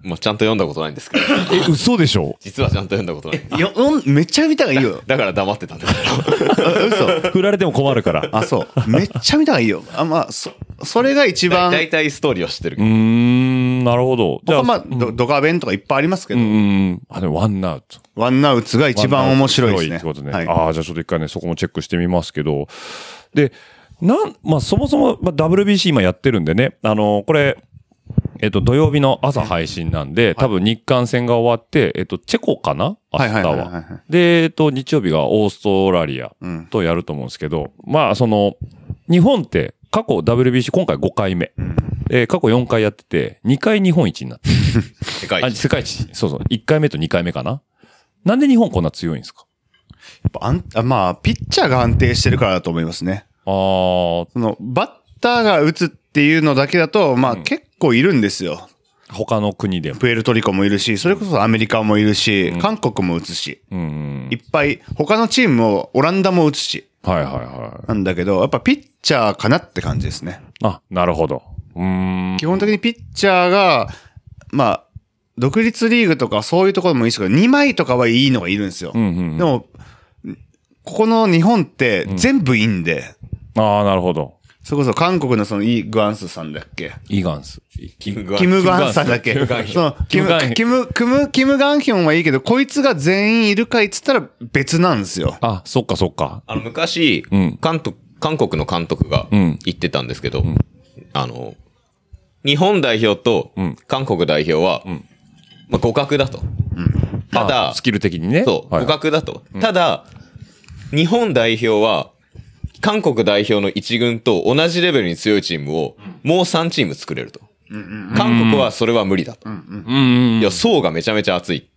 E: まあ、ちゃんと読んだことないんで すけど、
B: え、嘘でしょ
E: 実はちゃんと読んだことない。。
D: よ、うんめっちゃ見た方がいいよ
E: だから黙ってたんだけど。
D: 嘘。
B: 振られても困るから。
D: あ、そう。めっちゃ見た方がいいよ。あ、まあ、そ、それが一番、
E: 大体ストーリーを知ってる
B: うー。ん、なるほど。じゃあ、
D: 他まあ、ドドカベンとかいっぱいありますけど
B: う、ん。あ、でもワンアウト。
D: ワンナウツが一番面白いですね。
B: ってことね。
D: はい、
B: ああ、じゃあちょっと一回ね、そこもチェックしてみますけど。で、なん、まあそもそも、まあ、WBC 今やってるんでね、あのこれ、えっと、土曜日の朝配信なんで、多分日韓戦が終わって、えっと、チェコかな明
D: はい
B: 日
D: はいはいはいはい
B: は。で、えっと、日曜日がオーストラリアとやると思うんですけど、まあ、その、日本って過去 WBC 今回5回目。えー過去4回やってて、2回日本一になってる。
E: 世界
B: あ、
E: 一。
B: 世界一。そうそう。1回目と2回目かな。なんで日本こんな強いんですか
D: あんあまあ、ピッチャーが安定してるからだと思いますね。
B: あ
D: その、バッターが打つっていうのだけだと、まあ、結構いるんですよ。
B: あ、他の国でも。
D: プエルトリコもいるし、それこそアメリカもいるし、韓国も打つし、
B: うん。
D: いっぱい、他のチームもオランダも打つし、
B: はいはいはい。
D: なんだけど、やっぱピッチャーかなって感じですね。
B: あ、なるほど。うーん。
D: 基本的にピッチャーが、まあ、独立リーグとかそういうところもいいですけど、2枚とかはいいのがいるんですよ。
B: うんうん
D: でも、ここの日本って全部いいんで、
B: ああ、なるほど。
D: それこそ韓国のそのイ・グアンスさんだっけ
B: イガンス。キム
D: キム・グアンスさんだっ
E: キ
D: け
E: ムグアンヒョン
D: そのキ
B: キム
D: ム
B: グアンヒョン、
D: キム、キム、キム・ガンヒョンはいいけど、こいつが全員いるかいっつったら別なんですよ。
B: あ、そっかそっか。
E: あの、昔、
B: うん
E: 韓と韓国の監督が
B: うん
E: 言ってたんですけど、あの、日本代表と
B: ん
E: 韓国代表は、まあ、互角だと。ただ
B: あス、キル的にね。
E: そう、
B: はい
E: 互角だと。ただ、日本代表は、韓国代表の一軍と同じレベルに強いチームを、もう3チーム作れると。韓国はそれは無理だと。
B: うんうんうん。
E: いや、層がめちゃめちゃ厚い。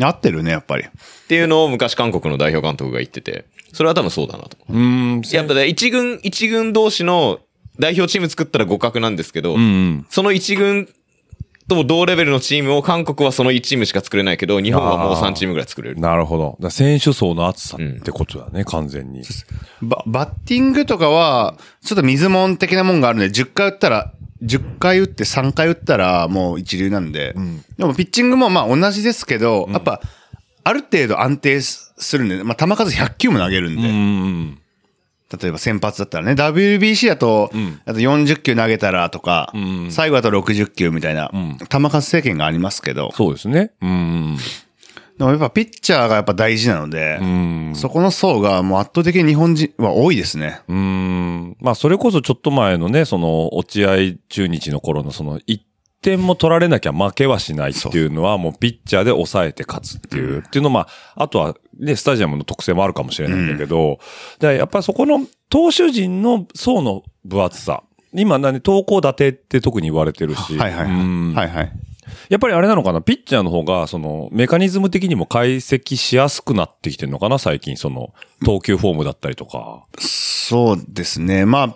D: 合ってるね、やっぱり。
E: っていうのを昔韓国の代表監督が言ってて、それは多分そうだなと。
B: うーん。
E: やっぱね一軍、一軍同士の代表チーム作ったら互角なんですけど、
B: うんうん。
E: その一軍と同レベルのチームを韓国はその1チームしか作れないけど、日本はもう3チームぐらい作れる。
B: なるほど。だから選手層の厚さってことだね、完全に。
D: ババッティングとかは、ちょっと水門的なもんがあるんで、10回打ったら、10回打って3回打ったらもう一流なんで、でもピッチングもまあ同じですけど、やっぱ、ある程度安定すするんで、まあ球数100球も投げるんで、
B: うんうん。
D: 例えば先発だったらね、WBC だと、あと40球投げたらとか、最後だと60球みたいな、球数制限がありますけど、
B: そうですね。うん
D: でもやっぱピッチャーがやっぱ大事なので、
B: うん。
D: そこの層がもう圧倒的に日本人は多いですね。
B: うーん。まあ、それこそちょっと前のね、その、落合中日の頃のその、1点も取られなきゃ負けはしないっていうのは、もうピッチャーで抑えて勝つっていう、っていうのまあ、あとは、ね、スタジアムの特性もあるかもしれないんだけど、でやっぱりそこの、投手陣の層の分厚さ。今何、投高打てって特に言われてるし。
D: はいはいは
B: うん
D: い。はいはい。
B: やっぱりあれなのかな、ピッチャーの方が、その、メカニズム的にも解析しやすくなってきてるのかな、最近、その、投球フォームだったりとか。
D: そうですね。まあ、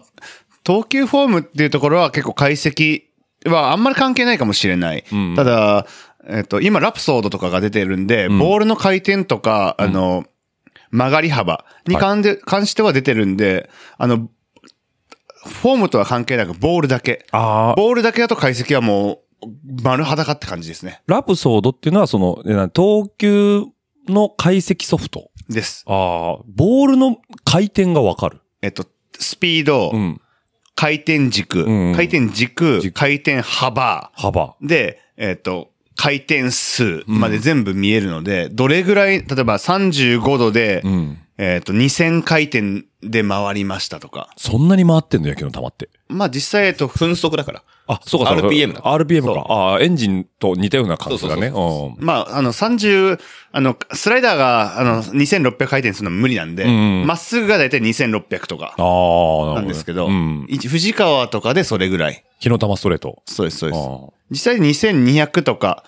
D: 投球フォームっていうところは結構解析はあんまり関係ないかもしれない。
B: ん
D: ただ、えっと、今ラプソードとかが出てるんで、ボールの回転とか、あの、曲がり幅に関で、関しては出てるんで、あの、フォームとは関係なくボールだけ。
B: ああ、
D: ボールだけだと解析はもう、丸裸って感じですね。
B: ラプソードっていうのは、その、えな投球の解析ソフト。
D: です。
B: ああ、ボールの回転がわかる。
D: えっと、スピード、
B: うん。
D: 回転軸、
B: んうん
D: 回転軸、
B: 軸
D: 回転幅、
B: 幅。
D: で、えっ、と、回転数まで全部見えるので、どれぐらい、例えば35度で、
B: うん。
D: えっ、と、2000回転で回りましたとか。
B: そんなに回ってんの、野球の球って。
D: まあ実際、えっと、
E: 分速だから。
B: あ、そうか、そうか。
E: RPM だ
B: RPM
E: そう
B: か。ああ、エンジンと似たような感じだね。
E: そう
B: うん
D: まあ、あの、30、あの、スライダーが、あの、2600回転するのは無理なんで、
B: ん
D: ま、っすぐがだいたい2600とか
B: ああ、なるほどね。
D: なんですけど、
B: うん。
D: い藤川とかでそれぐらい。
B: 火の玉ストレート。
D: そうです、そうです。
B: ああ
D: 実際2200とか、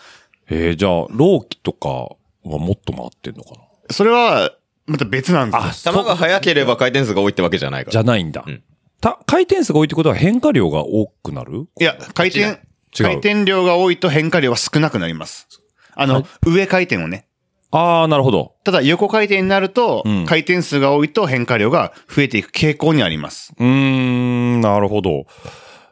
B: えー、じゃあ、ローキとかはもっと回ってんのかな
D: それは、また別なんですよ。
E: 球が速ければ回転数が多いってわけじゃないか
B: じ
E: ら。
B: ゃないんだ。
E: うん
B: た回転数が多いってことは変化量が多くなる
D: いや、回
E: 違
D: 転
E: う、
D: 回転量が多いと変化量は少なくなります。あの、上回転をね。
B: ああ、なるほど。
D: ただ横回転になると、
B: うん
D: 回転数が多いと変化量が増えていく傾向にあります。
B: うーん、なるほど。だか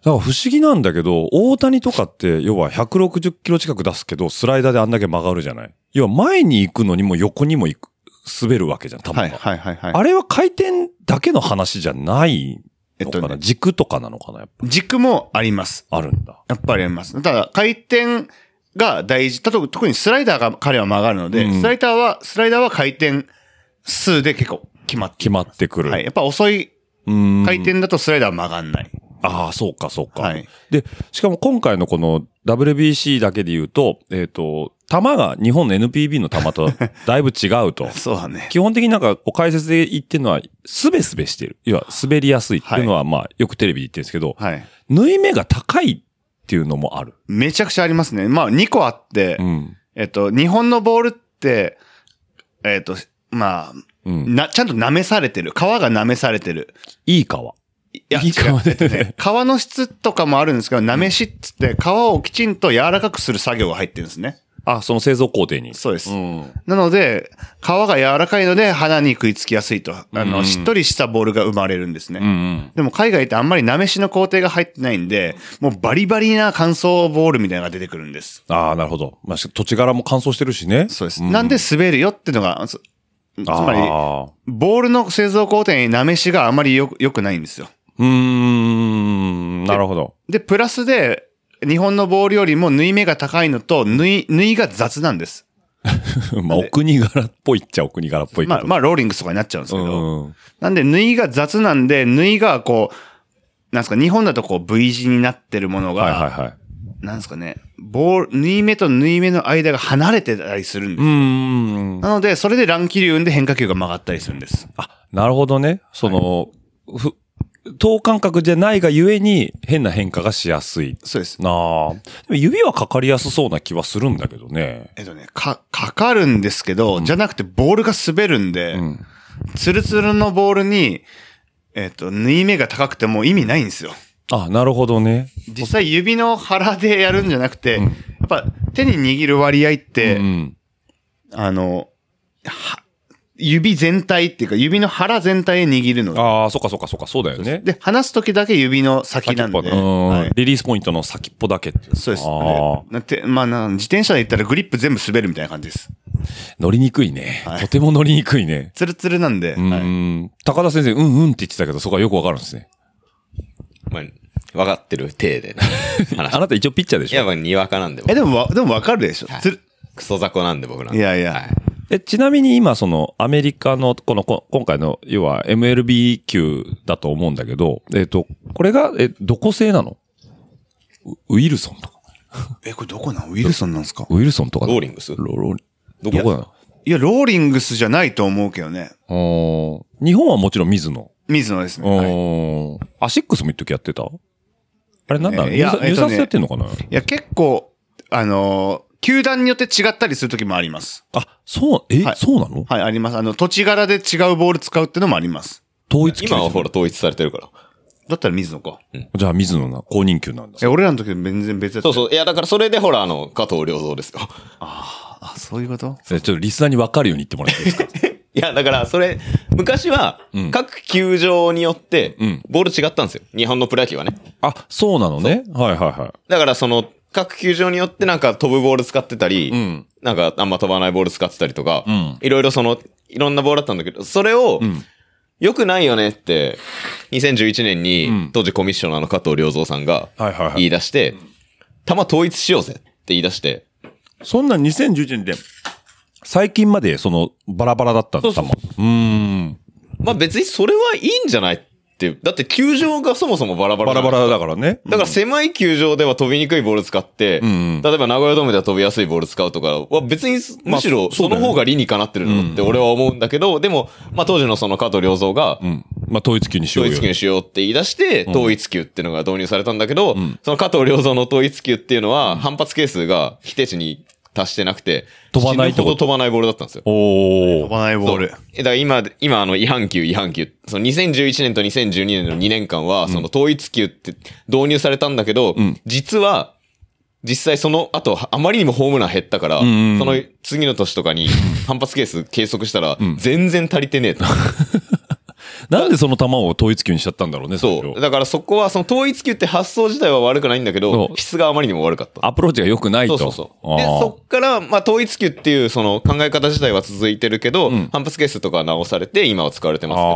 B: ら不思議なんだけど、大谷とかって、要は160キロ近く出すけど、スライダーであんだけ曲がるじゃない要は前に行くのにも横にも行く、滑るわけじゃん、球が。
D: はい、はい、はい、はい。
B: あれは回転だけの話じゃないのかな、
D: えっとね
B: 軸とかなのかなやっ
D: 軸もあります。
B: ぱあるんだ。
D: やっぱりあります。ただ、回転が大事。たと特にスライダーが彼は曲がるので、
B: うん
D: スライダーは、スライダーは回転数で結構決まって
B: 決まってく
D: る。
B: る。
D: はい。やっぱ遅い回
B: 回
D: 転だとスライダーは曲がんない。
B: ああ、そうか、そうか。
D: はい。
B: で、しかも今回のこの WBC だけで言うと、えっ、と、球が日本の NPB の球とだいぶ違うと
D: そうだね。
B: 基本的になんか、お解説で言ってるのは、すべすべしてる。要は、滑りやすいっていうのは、まあ、よくテレビで言ってるんですけど、
D: はい。
B: 縫い目が高いっていうのもある。
D: めちゃくちゃありますね。まあ、2個あって、
B: うん。
D: えっと、日本のボールって、えっと、まあ、
B: うん。
D: な、ちゃんと舐めされてる。皮が舐めされてる。
B: いい革。
D: いや、
B: いい革で
D: 違うえっとね。皮の質とかもあるんですけど、舐めしっつって、皮をきちんと柔らかくする作業が入ってるんですね。
B: あ、その製造工程に。
D: そうです。
B: ん。
D: なので、皮が柔らかいので、鼻に食いつきやすいと。あの、
B: うん
D: しっとりしたボールが生まれるんですね。
B: うん。
D: でも海外ってあんまり舐めしの工程が入ってないんで、もうバリバリな乾燥ボールみたいなのが出てくるんです。
B: ああ、なるほど。まあ、し土地柄も乾燥してるしね。
D: そうです。
B: ん
D: なんで、滑るよってのが、つつ
B: あー
D: まり、ボールの製造工程になめしがあまりよ良くないんですよ。
B: うーん、なるほど。
D: で、プラスで、日本のボールよりも縫い目が高いのと、縫い、縫いが雑なんです。
B: まあ、お国柄っぽいっちゃお国柄っぽいけど。
D: まあ、まあ、ローリングスとかになっちゃうんですけど。
B: うん。
D: なんで、縫いが雑なんで、縫いがこう、なんですか、日本だとこう V 字になってるものが、
B: はいはいはい。
D: なんですかね、ボール、縫い目と縫い目の間が離れてたりするんです。
B: ん
D: なので、それで乱気流運で変化球が曲がったりするんです。
B: あ、なるほどね。その、ふ、等間隔じゃないがゆえに変な変化がしやすい。
D: そうです。
B: なあ。でも指はかかりやすそうな気はするんだけどね。
D: えっとね、か、かかるんですけど、じゃなくてボールが滑るんで、
B: ん
D: ツルツルのボールに、えっと、縫い目が高くてもう意味ないんですよ。
B: あ、なるほどね。
D: 実際指の腹でやるんじゃなくて、
B: うん
D: やっぱ手に握る割合って、
B: うん。
D: あの、は指全体っていうか指の腹全体で握るの。
B: ああ、そっかそっかそっか、そうだよね。
D: で、離すときだけ指の先なんで。
B: 先っぽの
D: は
B: うん
D: い
B: リリースポイントの先っぽだけっていう
D: そうです。
B: ああ
D: なって、まあな、自転車で行ったらグリップ全部滑るみたいな感じです。
B: 乗りにくいね
D: は。い
B: とても乗りにくいね。
D: ツルツルなんで。
B: う
D: はい
B: ん。高田先生、うんうんって言ってたけど、そこはよくわかるんですね。
E: まあ、分かってる体 でね、
B: あ
E: 話
B: なた一応ピッチャーでし
E: いや、
B: ょ
E: まあ、にわかなんで、
D: え、
E: 僕
D: でもわ、でもわかるでしょ
E: はい。
D: つる、
E: クソ雑魚なんで、僕なん
D: い
E: で。
D: やいや。
E: はい
B: え、ちなみに今、その、アメリカの、この、こ今回の、要は MLB 級だと思うんだけど、えっ、と、これが、え、どこ製なのウウィルソンとか。
D: え、これどこなんウィルソンなんですか
B: ウィルソンとか。
E: ローリングス
B: ロローリ
E: ど
B: どこな
D: はいや、ローリングスじゃないと思うけどね。
B: のあー日本はもちろん水野。
D: 水野ですね。はい
B: おーアシックスも一時やってたあれなんだ、
D: えーいや
B: 入札
D: えっ
B: 入
D: とね
B: 札やってんのかな、
D: いや、結構、あのー球団によって違ったりする時もあります。
B: あ、そう、え、
D: はい
B: そうなの
D: はい、あります。あの、土地柄で違うボール使うってのもあります。
B: 統一
E: 今はほ
B: ら。
E: ら、統一されてるから。
D: だったら水野か。
B: じゃあ水野な、公認級なんだ
D: え、。俺らの時と全然別だった。
E: そうそう。いや、だからそれでほら、あの、加藤良三ですよ。
D: あ、そういうこと
B: えちょっとリスナーに分かるように言ってもらっていいです か
E: いや、だから、それ、昔は
B: うん、
E: 各球場によって
B: うん、
E: ボール違ったんですよ。日本のプロ野球はね。
B: あ、そうなのね。はいはいは
E: だから、その、各球場によってなんか飛ぶボール使ってたり、
B: い。うん。
E: なんかあんま飛ばないボール使ってたりとか、
B: うん
E: いろいろその、いろんなボールだったんだけど、それを、
B: うん。
E: 良くないよねって、2011年
B: うん
E: に、当時コミッショナーの加藤良三さんが
B: はいはいはい
E: 言い出して、球統一しようぜって言い出して、
B: そんな2011年で、最近までそのバラバラだったんだ、
E: そう
B: 多
E: そう
B: 分。うーん。
E: まあ別にそれはいいんじゃないって、だって球場がそもそもバラバラ
B: バラ
E: なんだ
B: バラだからね。
E: だから狭い球場では飛びにくいボール使って、
B: うんうん
E: 例えば名古屋ドームでは飛びやすいボール使うとかは別に
B: まあ
E: むしろ
B: そう
E: そ
B: だよ
E: の
B: ね
E: 方が理にかなってるのって俺は思うんだけど、でも、まあ当時のその加藤良三が、
B: うん。まあ統一級にしよう
E: 統
B: よ。
E: 一球にしようって言い出して、統一球っていうのが導入されたんだけど、
B: ん
E: その加藤良三の統一球っていうのは反発係数が規定値に達してなくて、
B: 飛ばないって
E: 死ぬ
B: こ
E: ほ
B: と
E: ど飛ばないボールだったんですよ。
B: お
D: 飛
B: ー。
D: ばないボール
E: そう。えだから今、今、あの、違反球、違反球。その2011年と2012年の2年間は、その統一球って導入されたんだけど、
B: ん
E: 実は、実際その後、あまりにもホームラン減ったから、
B: んうんうん
E: その次の年とかに反発係数計測したら、全然足りてねえと。
B: なんでその球を統一級にしちゃったんだろうね、最
E: そ
B: 初
E: う。だからそこは、その統一球って発想自体は悪くないんだけ
B: そ
E: ど
B: う、
E: 質があまりにも悪かった。
B: アプローチが良くない
E: そ
B: と。
E: うそうそう。
B: あー
E: で、そっから、まあ、統一球っていう、その考え方自体は続いてるけど、
B: ん
E: 反発係数とかは直されて、今は使われてますけど、
B: あ
E: ま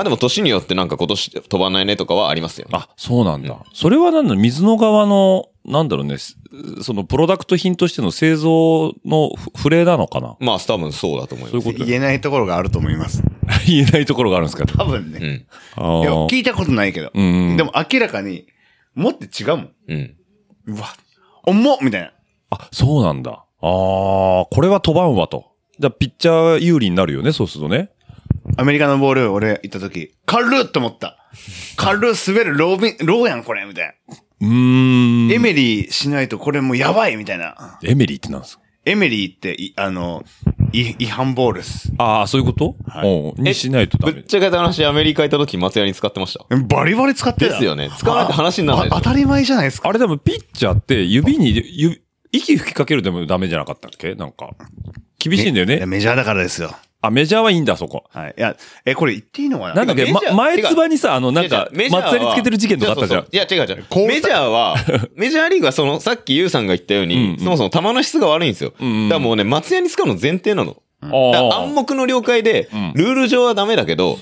E: あ
B: ー
E: でも年によってなんか今年飛ばないねとかはありますよね。
B: あ、そうなんだ。それはなんだ、水の側の、なんだろうね、すそのプロダクト品としての製造のふ触れなのか な
E: まあ多分そうだと思います。
B: そういうこと
D: 言えないところがあると思います。
B: 言えないところがあるんですか
D: 多分ね。
E: ん。
B: あ
D: いや、
B: ー
D: 聞いたことないけど。
B: んうん
D: でも明らかに、もって違うもん。
E: うん。
D: うわ、重っみたいな。
B: あ、そうなんだ。ああ、これは飛ばんわと。じゃあ、ピッチャー有利になるよね、そうするとね。
D: アメリカのボール、俺行った時、軽っと思った。軽っ滑るロービン、ローやんこれ、みたいな。
B: うーん。
D: エメリーしないとこれもうやばい、みたいな。
B: エメリーってなんですか
D: エメリーって、いあの、い違反ボールっす。
B: ああ、そういうこと、
D: はい
B: おうにしないとダ
E: ぶっ
B: メ。
E: ちゃけた話、アメリカ行った時松屋に使ってました。
D: バリバリ使ってた
E: ですよね使わないと話にならないでしょ
D: あ当たり前じゃないですか。
B: あれでも、ピッチャーって指に、指、息吹きかけるでもダメじゃなかったっけなんか。厳しいんだよ
D: いや
B: ね。
D: メジャーだからですよ。
B: あ、メジャーはいいんだ、そこ。
D: はい。いや、え、これ言っていいのかな
B: なんだっけ、
E: てかメジャー
B: ま、前
E: てか
B: つばにさ、あの、なんか、
E: メジャーは
B: 松屋につけてる事件とかあったじゃん
E: い。や、そうそういや違う違
D: こ
E: う。
D: う
E: メジャー は、メジャーリーグはその、さっきユウさんが言ったように、そもそも球の質が悪いんですよ。
B: んうん
E: だからもうね、松屋に使うの前提なの。だから
B: あ
E: 暗黙の了解で、ルール上はダメだけど、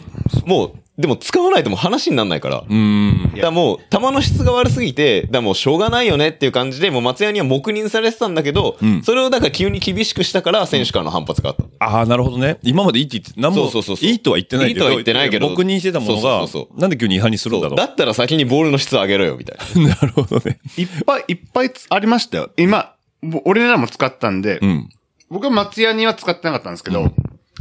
E: もう、でも使わないともう話にならないから。
B: うーん。
E: だからもう、球の質が悪すぎて、だからもうしょうがないよねっていう感じで、もう松屋には黙認されてたんだけど、
B: ん
E: それをだから急に厳しくしたから、選手からの反発があった。
B: ああ、なるほどね。今までいいって言って、なんも、
E: そうそうそうそう
B: いいとは言ってないけど、
E: いいとは言ってないけど
B: 黙認してたものが
E: そうそうそうそ、
B: なんで急に違反にするんだ
E: そう
B: ろ
E: だったら先にボールの質を上げろよ、みたいな。
B: う。 なるほどね。
D: いっぱいいっぱいつありましたよ。今、ぼ俺らも使ったんで、
B: うん。
D: 僕は松屋には使ってなかったんですけど、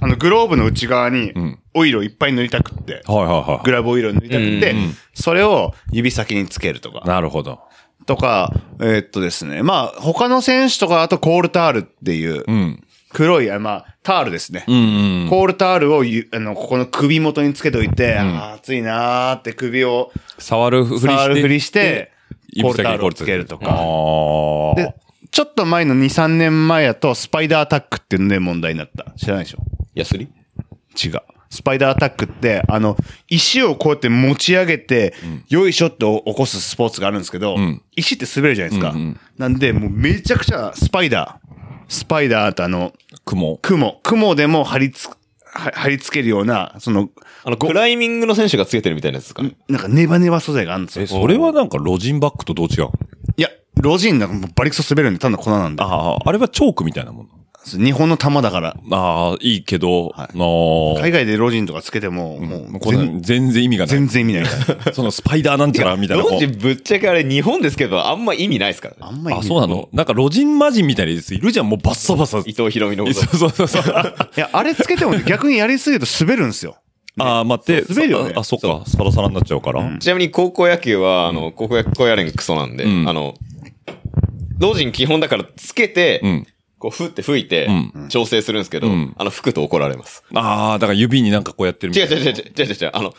D: あの、グローブの内側に
B: ん、
D: オイルをいっぱい塗りたくって、
B: はいはい
D: グ
B: は
D: ラブオイルを塗りたくって
E: うん
B: うん、
D: それを指先につけると
B: い。
D: か、
B: なるほど。
D: とか、えーっとですね、まあ、他の選手とかだとコールタールっていう、
B: うん。
D: 黒い、あまあ、タールですね。
B: うんうん。
D: コールタールをゆ、あの、ここの首元につけといて、あー暑いなーって首を
B: 触るふりして。
D: 触るふりして、
B: 指
D: コー
B: 先
D: ル
B: に
D: タールをつけると
B: あ
D: か。
B: ー
D: で、ちょっと前の2、3年前やと、スパイダーアタックっていうので問題になった。知らないでしょ
E: ヤスリ
D: 違う。スパイダーアタックって、あの、石をこうやって持ち上げて、よいしょって起こすスポーツがあるんですけど、石って滑るじゃないですか。なんで、もうめちゃくちゃスパイダー。スパイダーとあの、
B: 雲。
D: 雲。雲でも貼りつ、は貼り付けるような、その、
E: あの、クライミングの選手がつけてるみたいなやつですかね。
D: なんかネバネバ素材があるんですよ。
B: え、それはなんかロジンバッグとどう違う
D: いや、ロジンなんかもうバリクソ滑るんで、単なる粉なんで。
B: ああ、あれはチョークみたいなもの。
D: 日本の玉だから。
B: ああ、いいけど、
D: はい
B: の
D: 海外でロジンとかつけても、も
B: もう
D: う
B: こんな
D: 全、
B: の全然意味がない。
D: 全然意 味ないから。
B: そのスパイダーなんちゃらみたいな。
E: ロジぶっちゃけあれ日本ですけど、あんま意味ないですからね。
D: あんまり。
B: あ、そうなのなんかロジンマジンみたいなやついるじゃん、もうバッサバサ。
E: 伊藤博美の
B: え
E: こと
B: そうそうそう そう。
D: いや、あれつけてもね逆にやりすぎると滑るんですよ。
B: ああ、待って。
D: そう滑るよね
B: ああ、そっか。サラサラになっちゃうから。
E: ちなみに高校野球は、あの、高校野球やれんクソなんで、
B: うん
E: あの、老人基本だからつけて、
B: うん
E: こう、ふって吹いて、
B: う
E: 調整するんですけど、
B: ん
E: あの、吹くと怒られます。
B: ああ、だから指になんかこうやってるみ
E: 違
B: た
E: う
B: いな。
E: 違う違う違う違う違う、あの、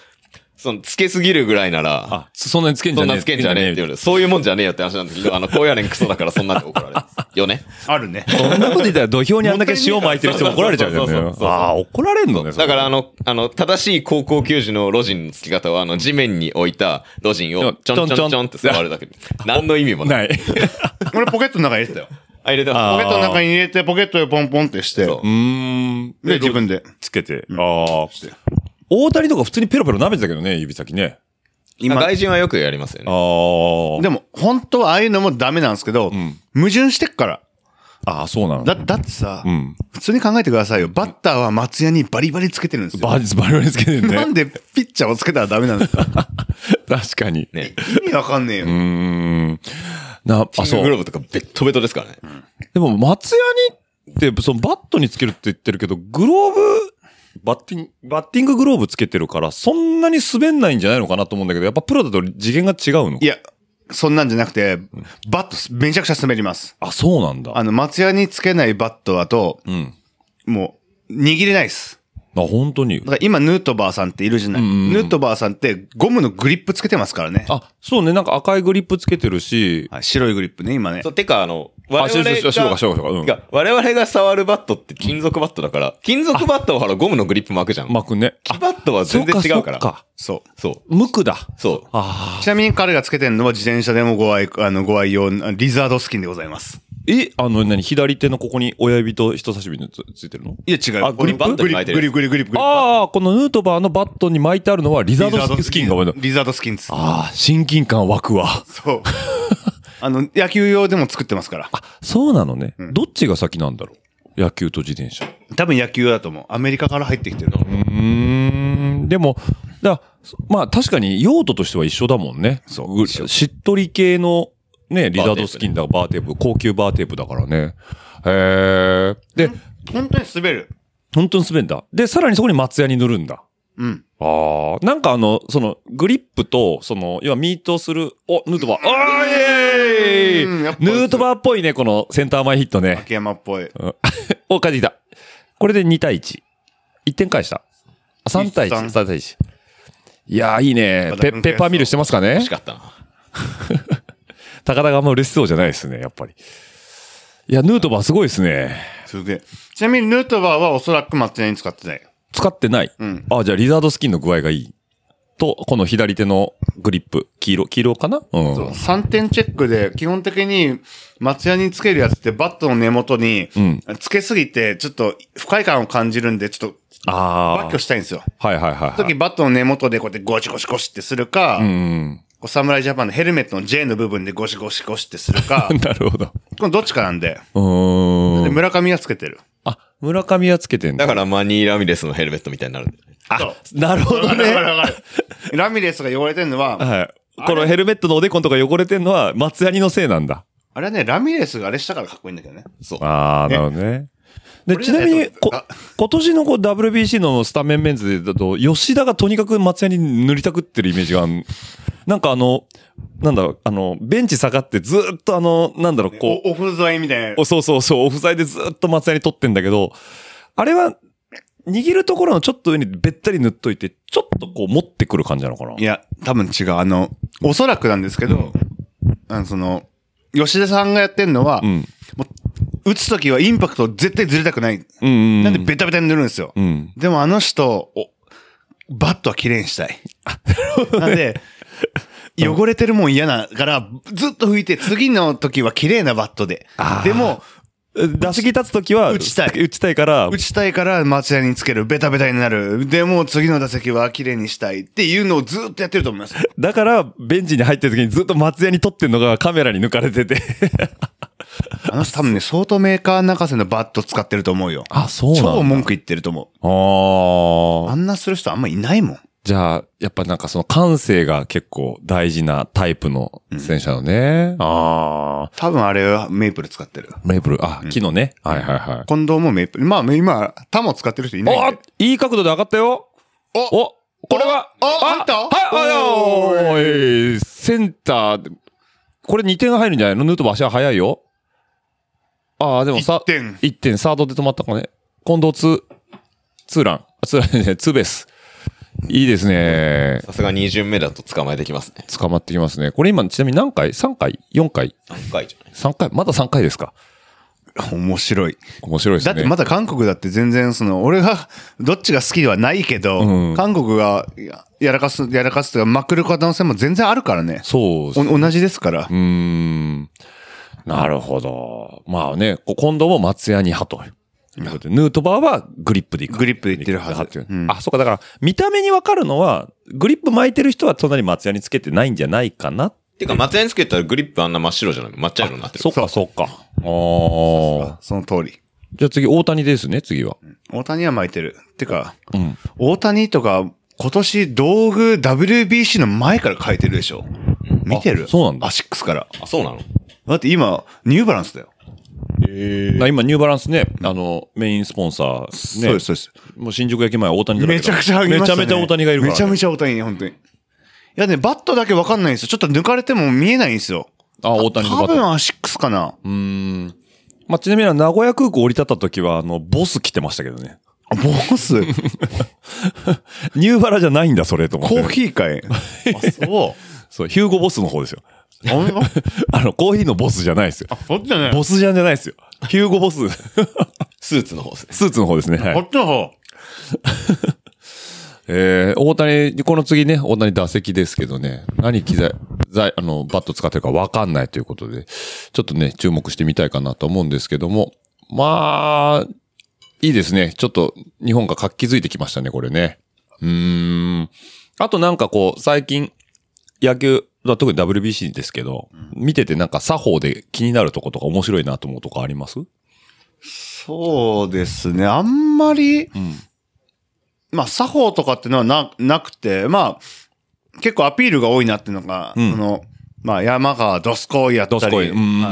E: その、つけすぎるぐらいなら、
B: あ、そんなにつけんじ
E: そ
B: ゃ
E: ん
B: ねえ。
E: なつけんじゃねえって言うのそういうもんじゃねえよって話なん ですけど、あの、高野連クソだからそんなんで怒られます。よね。
D: あるね。
B: そんなこと言ったら土俵にあんだけ塩撒いてる人も怒られちゃうよ
E: そうそうそう
B: ね
E: そう。そう
B: ああ、怒られんのね。それ
E: だからあの、あの、正しい高校球児のロジンのつき方は、あの、地面に置いたロジンを、ちょんちょんちょんって触る だけで。何の意味もない。
B: ない。
D: 俺ポケットの中に入れてたよ。
E: あ、入れて
B: あ
E: ま
D: ポケ
E: す
D: ットの中に入れて、ポケットでポンポンってして、
E: そう
B: うーん。
D: で、自分で。
B: つけて。ああ。大谷とか普通にペロペロ舐めてたけどね、指先ね。
E: 今、外人はよくやりますよ
B: あ
E: ね。
B: あ。
D: でも、本当はああいうのもダメなんですけど、
B: ん
D: 矛盾してっから。
B: ああ、そうなの。
D: だ、だってさ、
B: うん。
D: 普通に考えてくださいよ。バッターは松屋にバリバリつけてるんですよ。
B: バリバリバリつけてる
D: な
B: ね
D: ん。でピッチャーをつけたらダ メなんですか
B: 確かに。
E: ね。
D: 意味わかんねえよ。
B: うーん。な、あ、
E: あ、
B: そ
E: そう。グロー
B: う。
E: ブとかベットベトですからね。
B: でも、松屋にって、そのバットにつけるって言ってるけど、グローブ、バッティング、バッティンググローブつけてるから、そんなに滑んないんじゃないのかなと思うんだけど、やっぱプロだと次元が違うの
D: いや、そんなんじゃなくて、バットめちゃくちゃ滑ります。
B: あ、そうなんだ。
D: あの、松屋につけないバットだと、
B: うん。
D: もう、握れないです。
B: あ、本当に
D: だ。から今、ヌートバーさんっているじゃない、
B: うんうんうん
D: ヌートバーさんってゴムのグリップつけてますからね。
B: あ、そうね。なんか赤いグリップつけてるし、
D: はい白いグリップね、今ね
E: そ。う、てか、あの、我
B: あ、
E: 々
B: 白
E: が
B: か白か白か白か。うん。
E: が我々が触るバットって金属バットだから、金属バットはほらゴムのグリップ巻くじゃん。
B: 巻くね。
E: 木バットは全然違うから。
B: そっか。
D: そ
E: そう。
B: 無垢だ。
E: そう。
B: ああ。
D: う。ちなみに彼がつけてるのは自転車でもご愛、あの、ご愛用、リザードスキンでございます。
B: え、あの、何左手のここに親指と人差し指のつついてるの
D: いや、違う。
B: あグリップ
D: このグリップ、グリップ、グリップ、グリップ。
B: ああ、このヌートバーのバットに巻いてあるのはリザ
D: リザ
B: ード
D: ード
B: スキンが多いの
D: リザードスキンです。
B: ああ、親近感湧くわ。
D: そう。あの、野球用でも作ってますから。
B: そうなのね。どっちが先なんだろう野球と自転車。
D: 多分野球用だと思う。アメリカから入ってきてるの。
B: うーん、でも、だまあ確かに用途としては一緒だもんね。そう。しっとり系の、ね、リザードスキンだ、バーテープ、高級バーテープだからね。へえ。で、
D: 本当に滑る。
B: 本当に滑るんだ。で、さらにそこに松屋に塗るんだ。
D: うん。
B: ああ、なんかあの、その、グリップと、その、要はミートする、お、ヌートバー。ああ、イエ
D: うん
B: ー
D: やっ
B: イ
D: ぱ
B: ヌートバーっぽいね、このセンター前ヒットね。
D: 秋山っぽい。
B: お、帰ってきた。これで2対1。1点返した。あ3対1、
D: 一
B: 3対1。いやー、いいね
D: ま。た
B: ペペッパーミルしてますか
E: 惜
B: ね
E: しかったな。
B: 高田があんま嬉しそうじゃないですね、やっぱり。いや、ヌートバーすごいですね。
D: すげえ。ちなみにヌートバーはおそらく松屋に使ってない。
B: 使ってない。
D: ん
B: あ、じゃあリザードスキンの具合がいい。と、この左手のグリップ。黄色、黄色かなうん。
D: そう3点チェックで、基本的に松屋につけるやつってバットの根元に
B: ん、
D: つけすぎて、ちょっと不快感を感じるんで、ちょっと、
B: あ
D: バッ
B: あ
D: 去。したいんですよ。
B: はいはいはい、
D: そ
B: は
D: の時
B: い。
D: バットの根元でこうやってゴシゴシゴシってするか、
B: うん。、
D: こう侍ジャパンのヘルメットの J の部分でゴシゴシゴシってするか
B: なるほど。
D: このどっちかなんで、
B: う
D: で
B: ーん。
D: 村上はつけてる。
B: あ、村上はつけてんだ。
E: だからマニー・ラミレスのヘルメットみたいになるんだよね。
D: そう
B: なるほど
D: わかる
B: ね
D: わ。かるわか る。ラミレスが汚れてるのは、
B: はい。このヘルメットのおでこのとか汚れてんのは松ヤニのせいなんだ。
D: あれはね、ラミレスがあれしたからかっこいいんだけどね。
E: そう。
B: ああ、なるほどね。で、
D: 俺
B: ち
D: ら
B: な
D: ね
B: みに、こ
D: あ、
B: 今年のこう WBC のスタメンメンズだと、吉田がとにかく松ヤニ塗りたくってるイメージがあんなんかあの、なんだろう、あの、ベンチ下がってずーっとあの、なんだろう、こう、
D: オフ添えみたいな
B: お。そうそうそう、オフ剤でずっと松屋に取ってんだけど、あれは、握るところのちょっと上にべったり塗っといて、ちょっとこう持ってくる感じなのかない
D: や、多分違う。あの、おそらくなんですけど、あの、その、吉田さんがやってんのは、
B: うん。
D: 打つときはインパクト絶対ずれたくない。
B: うんうん。
D: なんでベタベタに塗るんですよ。
B: うん。
D: でもあの人、おバットは綺麗にしたい。なんで、汚れてるもん嫌だから、ずっと拭いて、次の時は綺麗なバットで
B: あ。ー
D: でも、
B: 打席立つときは、
D: 打ちたい
B: 打ちたいから、
D: 打ちたいから松屋につける、ベタベタになる。でも、次の打席は綺麗にしたいっていうのをずっとやってると思います。
B: だから、ベンチに入ってる時にずっと松屋に撮ってんのがカメラに抜かれてて。
D: あの人多分ね、相当メーカー泣かせのバット使ってると思うよ。
B: あ、そう
D: 超文句言ってると思う。あ
B: ああ。
D: んなする人あんまいないもん。
B: じゃあ、やっぱなんかその感性が結構大事なタイプの選手なのね。ああ。
D: 多分あれはメイプル使ってる。
B: メープル、あ、木のね。はいはいはい。
D: 近藤もメイプル。まあ、今、タモ使ってる人いないん
B: あ
D: で。
B: いい角度で上がったよ
D: お
B: おこれは
D: お入った
B: はいあおいセンター、これ2点入るんじゃないのヌートバー足は速いよ。ああ、でもさ、
D: 1点
B: 1点、サードで止まったかね。近藤ツー、ツーラン。あツーランじゃないツーベース。いいですね。
E: さすが2巡目だと捕まえてきますね。
B: 捕まってきますね。これ今、ちなみに何回 ?3 回 ?4 回
E: 深いじゃない
B: ?3 回まだ3回ですか
D: 面白い。
B: 面白いです
D: だ
B: ね。
D: ってまだ韓国だって全然その、俺がどっちが好きではないけど、
B: うん
D: 韓国がややらかす、やらかすというか、まくる可能性も全然あるからね。
B: そうですね
D: お同じですから
B: う。ーん。なるほど。まあね、こ今度も松屋に派と。いうことでヌートバーはグリップでいく。
D: グリップでいってるはず
B: グリップでいってる
D: うん
B: あ、そうか。だから、見た目にわかるのは、グリップ巻いてる人は隣松屋につけてないんじゃないかな。
E: てか、松屋につけたらグリップあんな真っ白じゃない真っ茶色になってる。
B: そっか、そっか。ああ。
D: その通り。
B: じゃあ次、大谷ですね、次は。
D: 大谷は巻いてる。てか、
B: うん。
D: 大谷とか、今年道具 WBC の前から変えてるでしょ。見てる
B: あそうなんだ
D: アシックスから。
E: あ、そうなの
D: だって今、ニューバランスだよ。
B: な今、ニューバランスね、あの、メインスポンサー、ね。
D: そうです、そうです。
B: もう新宿駅前大谷だら
D: め
B: け
D: ち
B: だ
D: ゃくちゃ上げま
B: めち
D: した、
B: ゃ
D: ね。
B: めちゃ大谷がいるから、
D: めちゃめちゃ大谷ね、本当に。いやね、バットだけわかんないんですよ。ちょっと抜かれても見えないんですよ。
B: あ、大谷のバ
D: 多
B: ット
D: 分アシックスかな。
B: うーん。まあ、ちなみに名古屋空港降り立った時は、あの、ボス来てましたけどね。
D: あ ボス、
B: ニューバラじゃないんだ、それと思って。
D: コーヒー かい。あ、そ
B: そう、ヒューゴボスの方ですよ。
D: う。あ、ほんと
B: あの、コーヒーのボスじゃないですよ。
D: そっちじゃない。
B: ボスじゃんじゃないですよ。ヒューゴボス、
E: スーツの方ですね。
B: スーツの方ですね。は
D: こ
B: い。
D: っちの方。
B: えー、大谷、この次ね、大谷打席ですけどね、何機材、材、あの、バット使ってるかわかんないということで、ちょっとね、注目してみたいかなと思うんですけども、まあ、いいですね。ちょっと、日本が活気づいてきましたね、これね。うーん。あとなんかこう、最近、野球、まあ特に WBC ですけど、見ててなんか作法で気になるとことか面白いなと思うとこあります
D: そうですね。あんまり、まあ、作法とかってのはな、なくて、まあ、結構アピールが多いなっていうのが、
B: ん
D: その、まあ、山川ドスコイやった
B: ど
D: り。
B: すこい。うーん。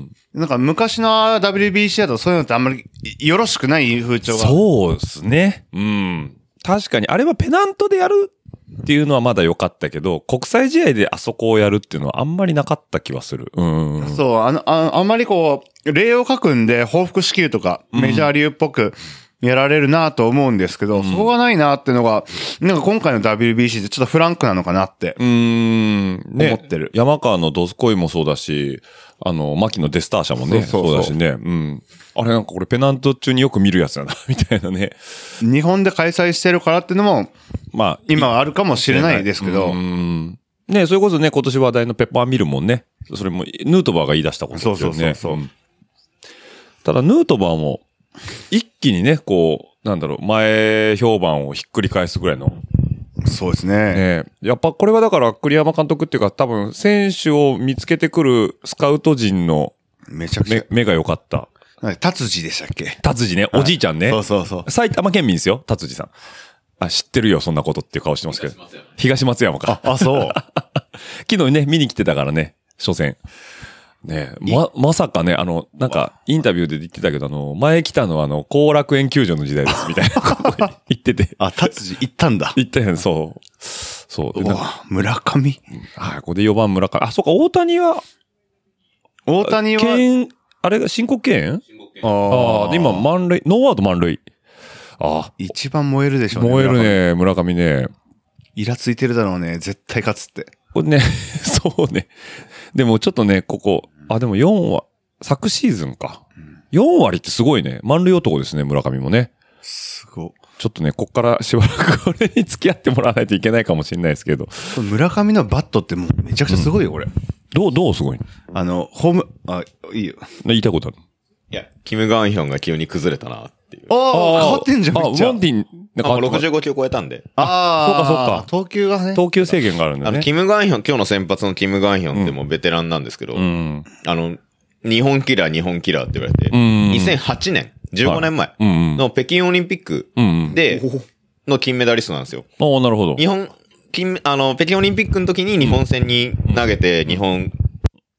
D: はいなんか昔の WBC だとそういうのってあんまりよろしくない風潮が。
B: そうですね。うん。確かに、あれはペナントでやるっていうのはまだ良かったけど、国際試合であそこをやるっていうのはあんまりなかった気はする。うん。
D: そう、あの、ああんまりこう、例を書くんで、報復支給とか、メジャー流っぽくやられるなと思うんですけど、そこがないなっていうのが、なんか今回の WBC でちょっとフランクなのかなって
B: う。ーん。ね、
D: 思ってる
B: 山川のドスコイもそうだし、あの、牧野デスターシャもね、そ
D: そううそうそう
B: だしね。うん。あれなんかこれペナント中によく見るやつだな、 みたいなね。
D: 日本で開催してるからっていうのも、
B: まあ、
D: 今はあるかもしれないですけど
B: う、ん。ねそれこそね、今年話題のペッパーミルもね、それもヌートバーが言い出したことですよね。
D: そうそうそうそうん
B: ただ、ヌートバーも、一気にね、こう、なんだろう、前評判をひっくり返すぐらいの。
D: そうですね。
B: ねやっぱこれはだから栗山監督っていうか多分選手を見つけてくるスカウト陣の
D: めちゃくちゃ
B: 目、目が良かった。
D: なんか達治でしたっけ
B: 達治ね、おじいちゃんね。
D: そうそうそう。
B: 埼玉県民ですよ、達治さん。あ、知ってるよ、そんなことっていう顔してますけど。東松山か。
D: あ、そう。
B: 昨日ね、見に来てたからね、初戦。ねま、まさかね、あの、なんか、インタビューで言ってたけど、あの、前来たのは、あの、後楽
D: 。
B: 園球場の時代です、みたいなこと言ってて
D: あ、達治行ったんだ。
B: 言ってへん、そう。そう。でな
D: お
B: ん
D: う
B: か
D: 村上
B: はい、ここで4番村から。あ、そうか、大谷は、
D: 大谷は、
B: 敬遠あれが申告敬遠ああ、で今、満塁、ノーアウト満塁。あ
D: 一番燃えるでし
B: あ、
D: ょうね。
B: 燃える
D: 村上。
B: ね、村上ね。
D: イラついてるだろうね。絶対勝つって。
B: これね、 そうね。でもちょっとね、ここ、あ、でも4は、昨シーズンか。4割ってすごいね。満塁男ですね、村上もね。
D: すご
B: ちょっとね、こっからしばらくこれに付き合ってもらわないといけないかもしれないですけど。
D: い。村上のバットってもうめちゃくちゃすごいよ、これ。
B: どう、どうすごいの
D: あの、ホーム、あ、いいよ。
B: 言いたいことある
E: いや、キム・ガンヒョンが急に崩れたなっていう。
D: ああ、変わってんじゃん、
B: あ、
D: め
B: モ
D: っちゃ。
B: ンティン、なん
E: あ、
B: か
E: もう65球超えたんで。
D: ああ、
B: そうかそうか
D: 投球がね。
B: 投球制限があるん
E: あ
B: だ
E: の、
B: ね。
E: キム・ガンヒョン、今日の先発のキム・ガンヒョンってもうベテランなんですけど、
B: うん。
E: あの、日本キラー、日本キラーって言われて、
B: ん
E: 2008年、15年前
B: うんうん
E: の北京オリンピック
B: うんうん
E: で、の金メダリストなんですよ。
B: ああ、なるほど。
E: 日本、金、あの、北京オリンピックの時に日本戦に投げて、日本、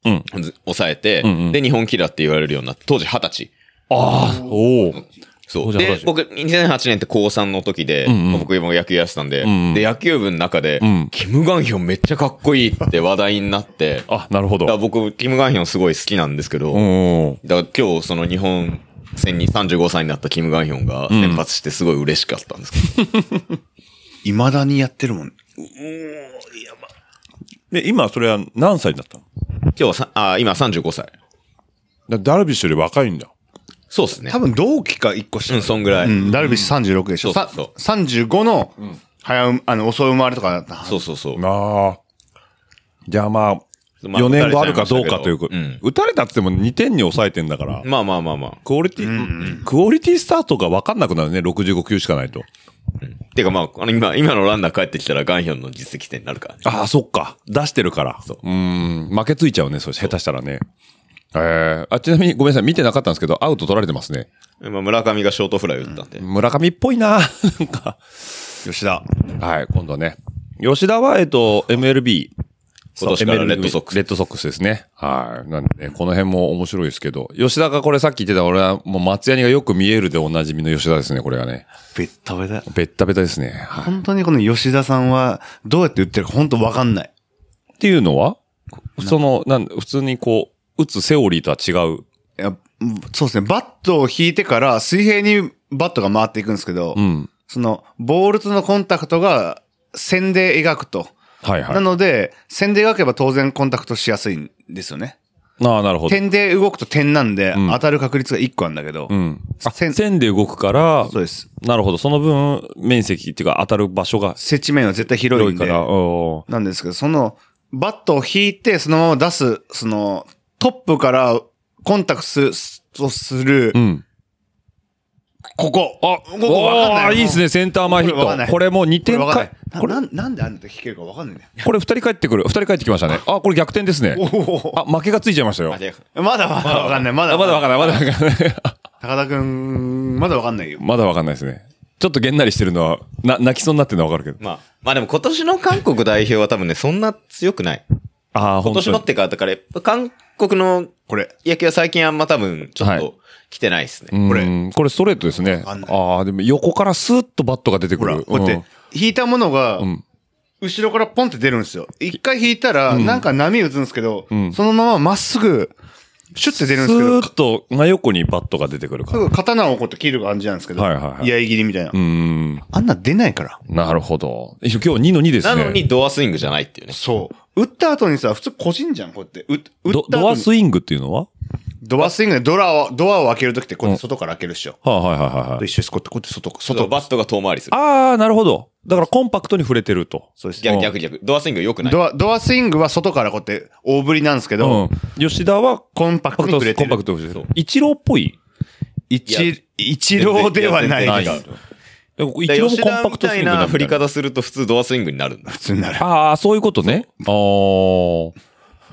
B: うん
E: 抑えて、
B: んうん
E: で、日本キラーって言われるようになって、当時20歳。
B: ああ、おお。
E: そ
B: 当
E: う。
B: 時二
E: で
B: 十歳、
E: 僕、2008年って高3の時で、
B: んうん
E: 僕も野球やってたんで、
B: んうん
E: で、野球部の中で、
B: ん
E: キム・ガンヒョンめっちゃかっこいいって話題になって、
B: あ、なるほ
E: だから
B: ど。
E: 僕、キム・ガンヒョンすごい好きなんですけど、
B: うん。
E: だから今日その日本戦に35歳になったキム・ガンヒョンが先発してすごい嬉しかったんですけど。
D: 未だにやってるもん。
B: で、今、それは何歳だったの
E: 今日はさ、あ、今35歳。
B: だダルビッシュより若いんだ。
E: そうですね
D: 多。分同期か一個し
E: うん、
D: か
E: そんぐらい。
D: うん、ダルビッシュ36でしょ。
E: そう
D: さ
E: そうそう
D: 35の、早う、あの、遅生まれとかだった。
E: そうそうそう。
B: ああ。じゃあまあ、
E: まあ
B: 4年後あるかどうかというか、
E: うん
B: 打たれたっつっても2点に抑えてんだから、
E: まあまあまあまあ。
B: クオリティ、クオリティスタートが分かんなくなるね、65球しかないと。
E: てかまあ、あの今、今のランナー帰ってきたらガンヒョンの実績点になるから、
B: ああ、そっか。出してるから。うーん。負けついちゃうね、そう下手したらね。ええあ、ちなみにごめんなさい、見てなかったんですけど、アウト取られてますね。
E: まあ村上がショートフライ打ったんで。
B: 村上っぽいな なんか。
D: 吉田。
B: はい、今度はね。吉田は、えっと、MLB。
E: 今年からレッドソックス
B: レッドソックスですね。はい。なんで、ね、この辺も面白いですけど。吉田がこれさっき言ってた、俺はもう松谷がよく見えるでおなじみの吉田ですね、これがね。
D: ベッタベタ。
B: ベッタベタですね。はい。
D: 本当にこの吉田さんは、どうやって打ってるか本当わかんない。
B: っていうのは、その、なん普通にこう、打つセオリーとは違う。
D: いやうんそうですね。バットを引いてから水平にバットが回っていくんですけど、
B: ん
D: その、ボールとのコンタクトが線で描くと。
B: はいはい。
D: なので、線で描けば当然コンタクトしやすいんですよね。
B: ああ、なるほど。
D: 点で動くと点なんで、
B: ん
D: 当たる確率が1個あるんだけど、
B: うん。あ、
D: 線
B: 線で動くから、
D: そうです。
B: なるほど。その分、面積っていうか当たる場所が
D: 接地面は絶対広い
B: 広
D: ん
B: い
D: で。
B: から、うん
D: なんですけど、その、バットを引いて、そのまま出す、その、トップからコンタクトする、とする、
B: うん。
D: ここ。あ、ここわかん
B: お
D: な
B: ー
D: い。
B: いいです
D: ね。
B: ね、センター前ヒ
D: これわかん
B: ッ
D: ない
B: ト。これもう2
D: これ
B: 点
D: わかん
B: か
D: ない。
B: これ
D: な、、ななんであんた引けるかわかんないんだよ。
B: これ2人帰ってくる。2人帰ってきましたね。あ、これ逆転ですね。
D: お
B: あ、負けがついちゃいましたよ。
E: あ、
B: あ
E: 違う
D: まだまだわかんない。まだ
B: まだわかんない、まだわかんない。
D: 高田くん、まだわかんないよ。
B: まだわかんないですね。ちょっとげんなりしてるのは、な、泣きそうになってるのはわかるけど。
E: まあ、まあでも今年の韓国代表は多分ね、そんな強くない。
B: ああ、
E: 今
B: 本
E: 年
B: 当
E: の
B: に
E: っ。てか、だからやっぱ韓国の
D: これ。
E: 野球は最近あんま多分、ちょ
B: は
E: っ
B: い
E: と来てないですね。
B: こ
D: これ
B: れ、これストレートですね。
D: わかんない
B: ああ、でも横からスーッとバットが出て
D: ほ
B: く
D: ら、
B: る。
D: こうやって、引いたものが
B: ん、
D: 後ろからポンって出るんですよ。一回引いたら、なんか波打つんですけど、
B: ん
D: そのまままっすぐ、シュッて出
B: う
D: るん
B: んス
D: ですけど
B: ー、ッと真横にバットが出てくるか
D: す
B: ら。
D: ぐ刀をこうやって切る感じなんですけど、
B: はいはいはい
D: 居合切りみたいな。
B: うん。
D: あんな出ないから。
B: なるほど。今日2の2です
E: な
B: ね。
E: のにドアスイングじゃないっていうね。
D: そう。打った後にさ、普通個人じゃん、こうやって。う打
B: ド
D: った
B: ド
D: 後
B: ア
D: に
B: スイングっていうのは
D: ドアスイングでドラを、ドアを開けるときってこうやって外から開けるっしょ。
B: はいはいはいはい
D: と。一緒です。こうやって、こうやって外、
E: 外
D: 外。
E: バットが遠回りする。
B: ああ、なるほど。だからコンパクトに触れてると。
D: そうです。
E: 逆、逆、逆。ドアスイング良くない。
D: ドア、ドアスイングは外からこうやって大振りなんですけど、
B: うん。吉田は
D: コンパクトに触れ
B: コ
D: て
B: ンパ
D: る
B: ク。トに触れてる。一郎っぽい。
E: いや
D: 一、一郎ではない
E: 全然
D: です。
B: でも一
E: で
B: 郎も
E: 吉
B: コン
E: 田
B: パク
E: み
B: ト
E: た
B: スイン
E: い
B: グだ
E: な
B: みた
E: 振
B: い
E: り
B: な。
E: 方すると普通ドアスイングになる んだ。
D: 普通になる。
B: ああ、そういうことね。ああー。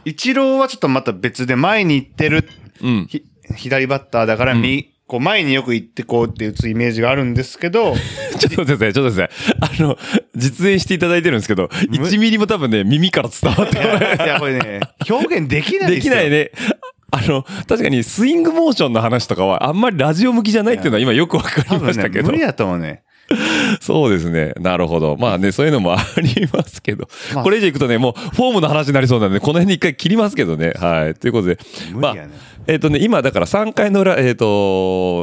D: 一郎はちょっとまた別で前に行ってる、
B: うん。
D: ひ左バッターだから、みこう前によく行ってこうって打つイメージがあるんです けど、
B: ちょっと待ってください、ちょっと待ってください。あの、実演していただいてるんですけど、1ミリも多分ね、耳から伝わってこない。
D: いや、これね、表現でき ない
B: できない
D: ね。
B: ね。あの、確かにスイングモーションの話とかは、あんまりラジオ向きじゃないっていうのは今よくわか
D: 多
B: りま
D: 分
B: した
D: ね、
B: けど。
D: 無理だと思うね。
B: そうですね。なるほど。まあね、そういうのもあ りますけど。
D: まあ
B: これ以上いくとね、もうフォームの話になりそうなんで、この辺で一回切りますけどね。はい。ということで。
D: 無
B: まあ
D: 理やね、
B: えっ、とね、今だから3回の裏、えっ、と、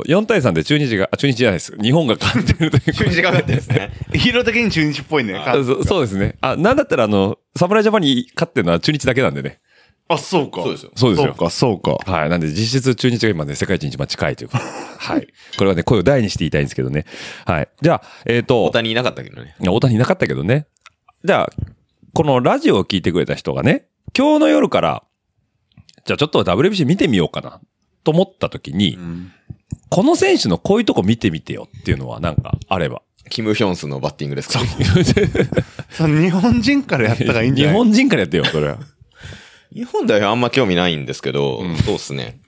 B: 4対3で中日が、あ中日じゃないです。日本が勝ってるということで。
E: 時間 かかってですね。
D: ヒーロー的に中日っぽいね。
B: あ そそうですね。あ、なんだったらあの、侍ジャパンに勝ってるのは中日だけなんでね。
D: あ、そうか。
E: そうですよ
B: そうですよ
D: そうか、そうか。
B: はい。なんで実質中日が今ね、世界一に一番近いということで。はい。これはね、声を大にして言いたいんですけどね。はい。じゃあ、えっ、と
E: 大、谷いなかったけどね。
B: いや大谷いなかったけどね。じゃあ、このラジオを聞いてくれた人がね、今日の夜から、じゃあちょっと WBC 見てみようかな、と思った時に、この選手のこういうとこ見てみてよっていうのはなんかあ れば。
E: キム・ヒョンスのバッティングですか
D: その日本人からやったらいいんじ
B: 日
D: ゃない
B: 本人からやってよ、それ は。
E: 日本代表あんま興味ないんですけど、そうっすね。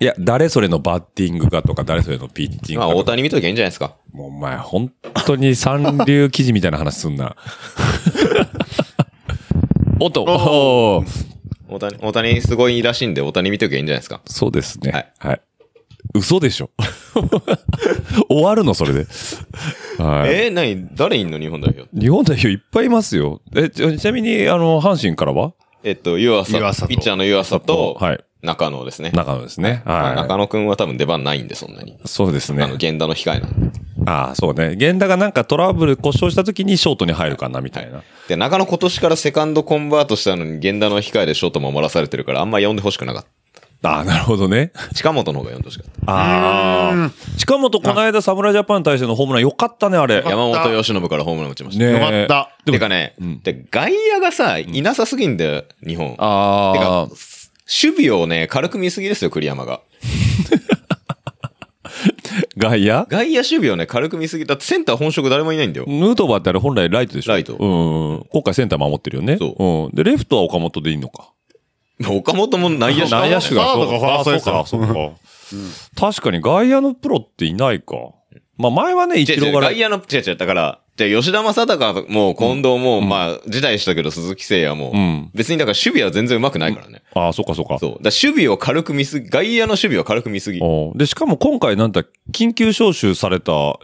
B: いや、誰それのバッティングかとか、誰それのピッチング
E: まあ、
B: か
E: 大
B: とか。
E: 谷見ときゃいいんじゃないですか。
B: もうお前、本当に三流記事みたいな話すん な。おっと、おー
E: 大谷、大谷すごいらしいんで、大谷見ときゃいいんじゃないですか。
B: そうですね。は
E: はいい。
B: 嘘でしょ。 終わるのそれで。はい。
E: えー、何誰いんの日本代表。
B: 日本代表いっぱいいますよ。え、ちちなみに、あの、阪神からは
E: えっと、湯浅、
D: 湯浅と
E: ピッチャーの湯浅と、
B: はい
E: 中野ですね。
B: 中野ですね。
E: まあ
B: は
E: 中野くんは多分出番ないんで、そんなに。
B: い。そうです
E: あの、
B: ね。
E: 源田の控えなんで。
B: ああ、そうね。源田がなんかトラブル故障した時にショートに入るかな、みたいな。
E: で、中野今年からセカンドコンバートしたのに、源田の控えでショート守らされてるから、あんま呼んでほしくなかっ
B: ああ、なるほどね。
E: た。近本の方が呼んでほしかった。
B: ああ。近本、この間、侍ジャパンに対してのホームランよかったね、あれ。
E: 山本由伸からホームラン打ちました。
B: ね
D: よかった。
B: でも
E: てかね、で外野がさ、いなさすぎんだよ、日本。て
B: あ
E: か、守備をね、軽く見すぎですよ、栗山が。
B: あ、外野
E: 外野守備をね、軽く見すぎ。だってセンター本職誰もいないんだよ。
B: ヌートバーってあれ本来ライトでしょ
E: ライト
B: うん。今回センター守ってるよね。。
E: そう
B: ん。で、レフトは岡本でいいのか。
E: 岡本も内野手
B: 内野手が。
D: サードかファーストですよ
B: あそうか、そうか。確かに外野のプロっていないか。まあ前はね、一
E: 違う違
B: 郎
E: う
B: がラ
E: 外
B: イ
E: 野の、違う違う、だから、じゃあ吉田正尚も近藤も、まあ、辞退したけど鈴木誠也も、
B: ん
E: 別にだから守備は全然上手くないからね。
B: ああ、そうか、そうか。
E: そう。だから守備を軽く見すぎ、外野の守備を軽く見すぎ。
B: うんで、しかも今回なんだ、緊急招集された、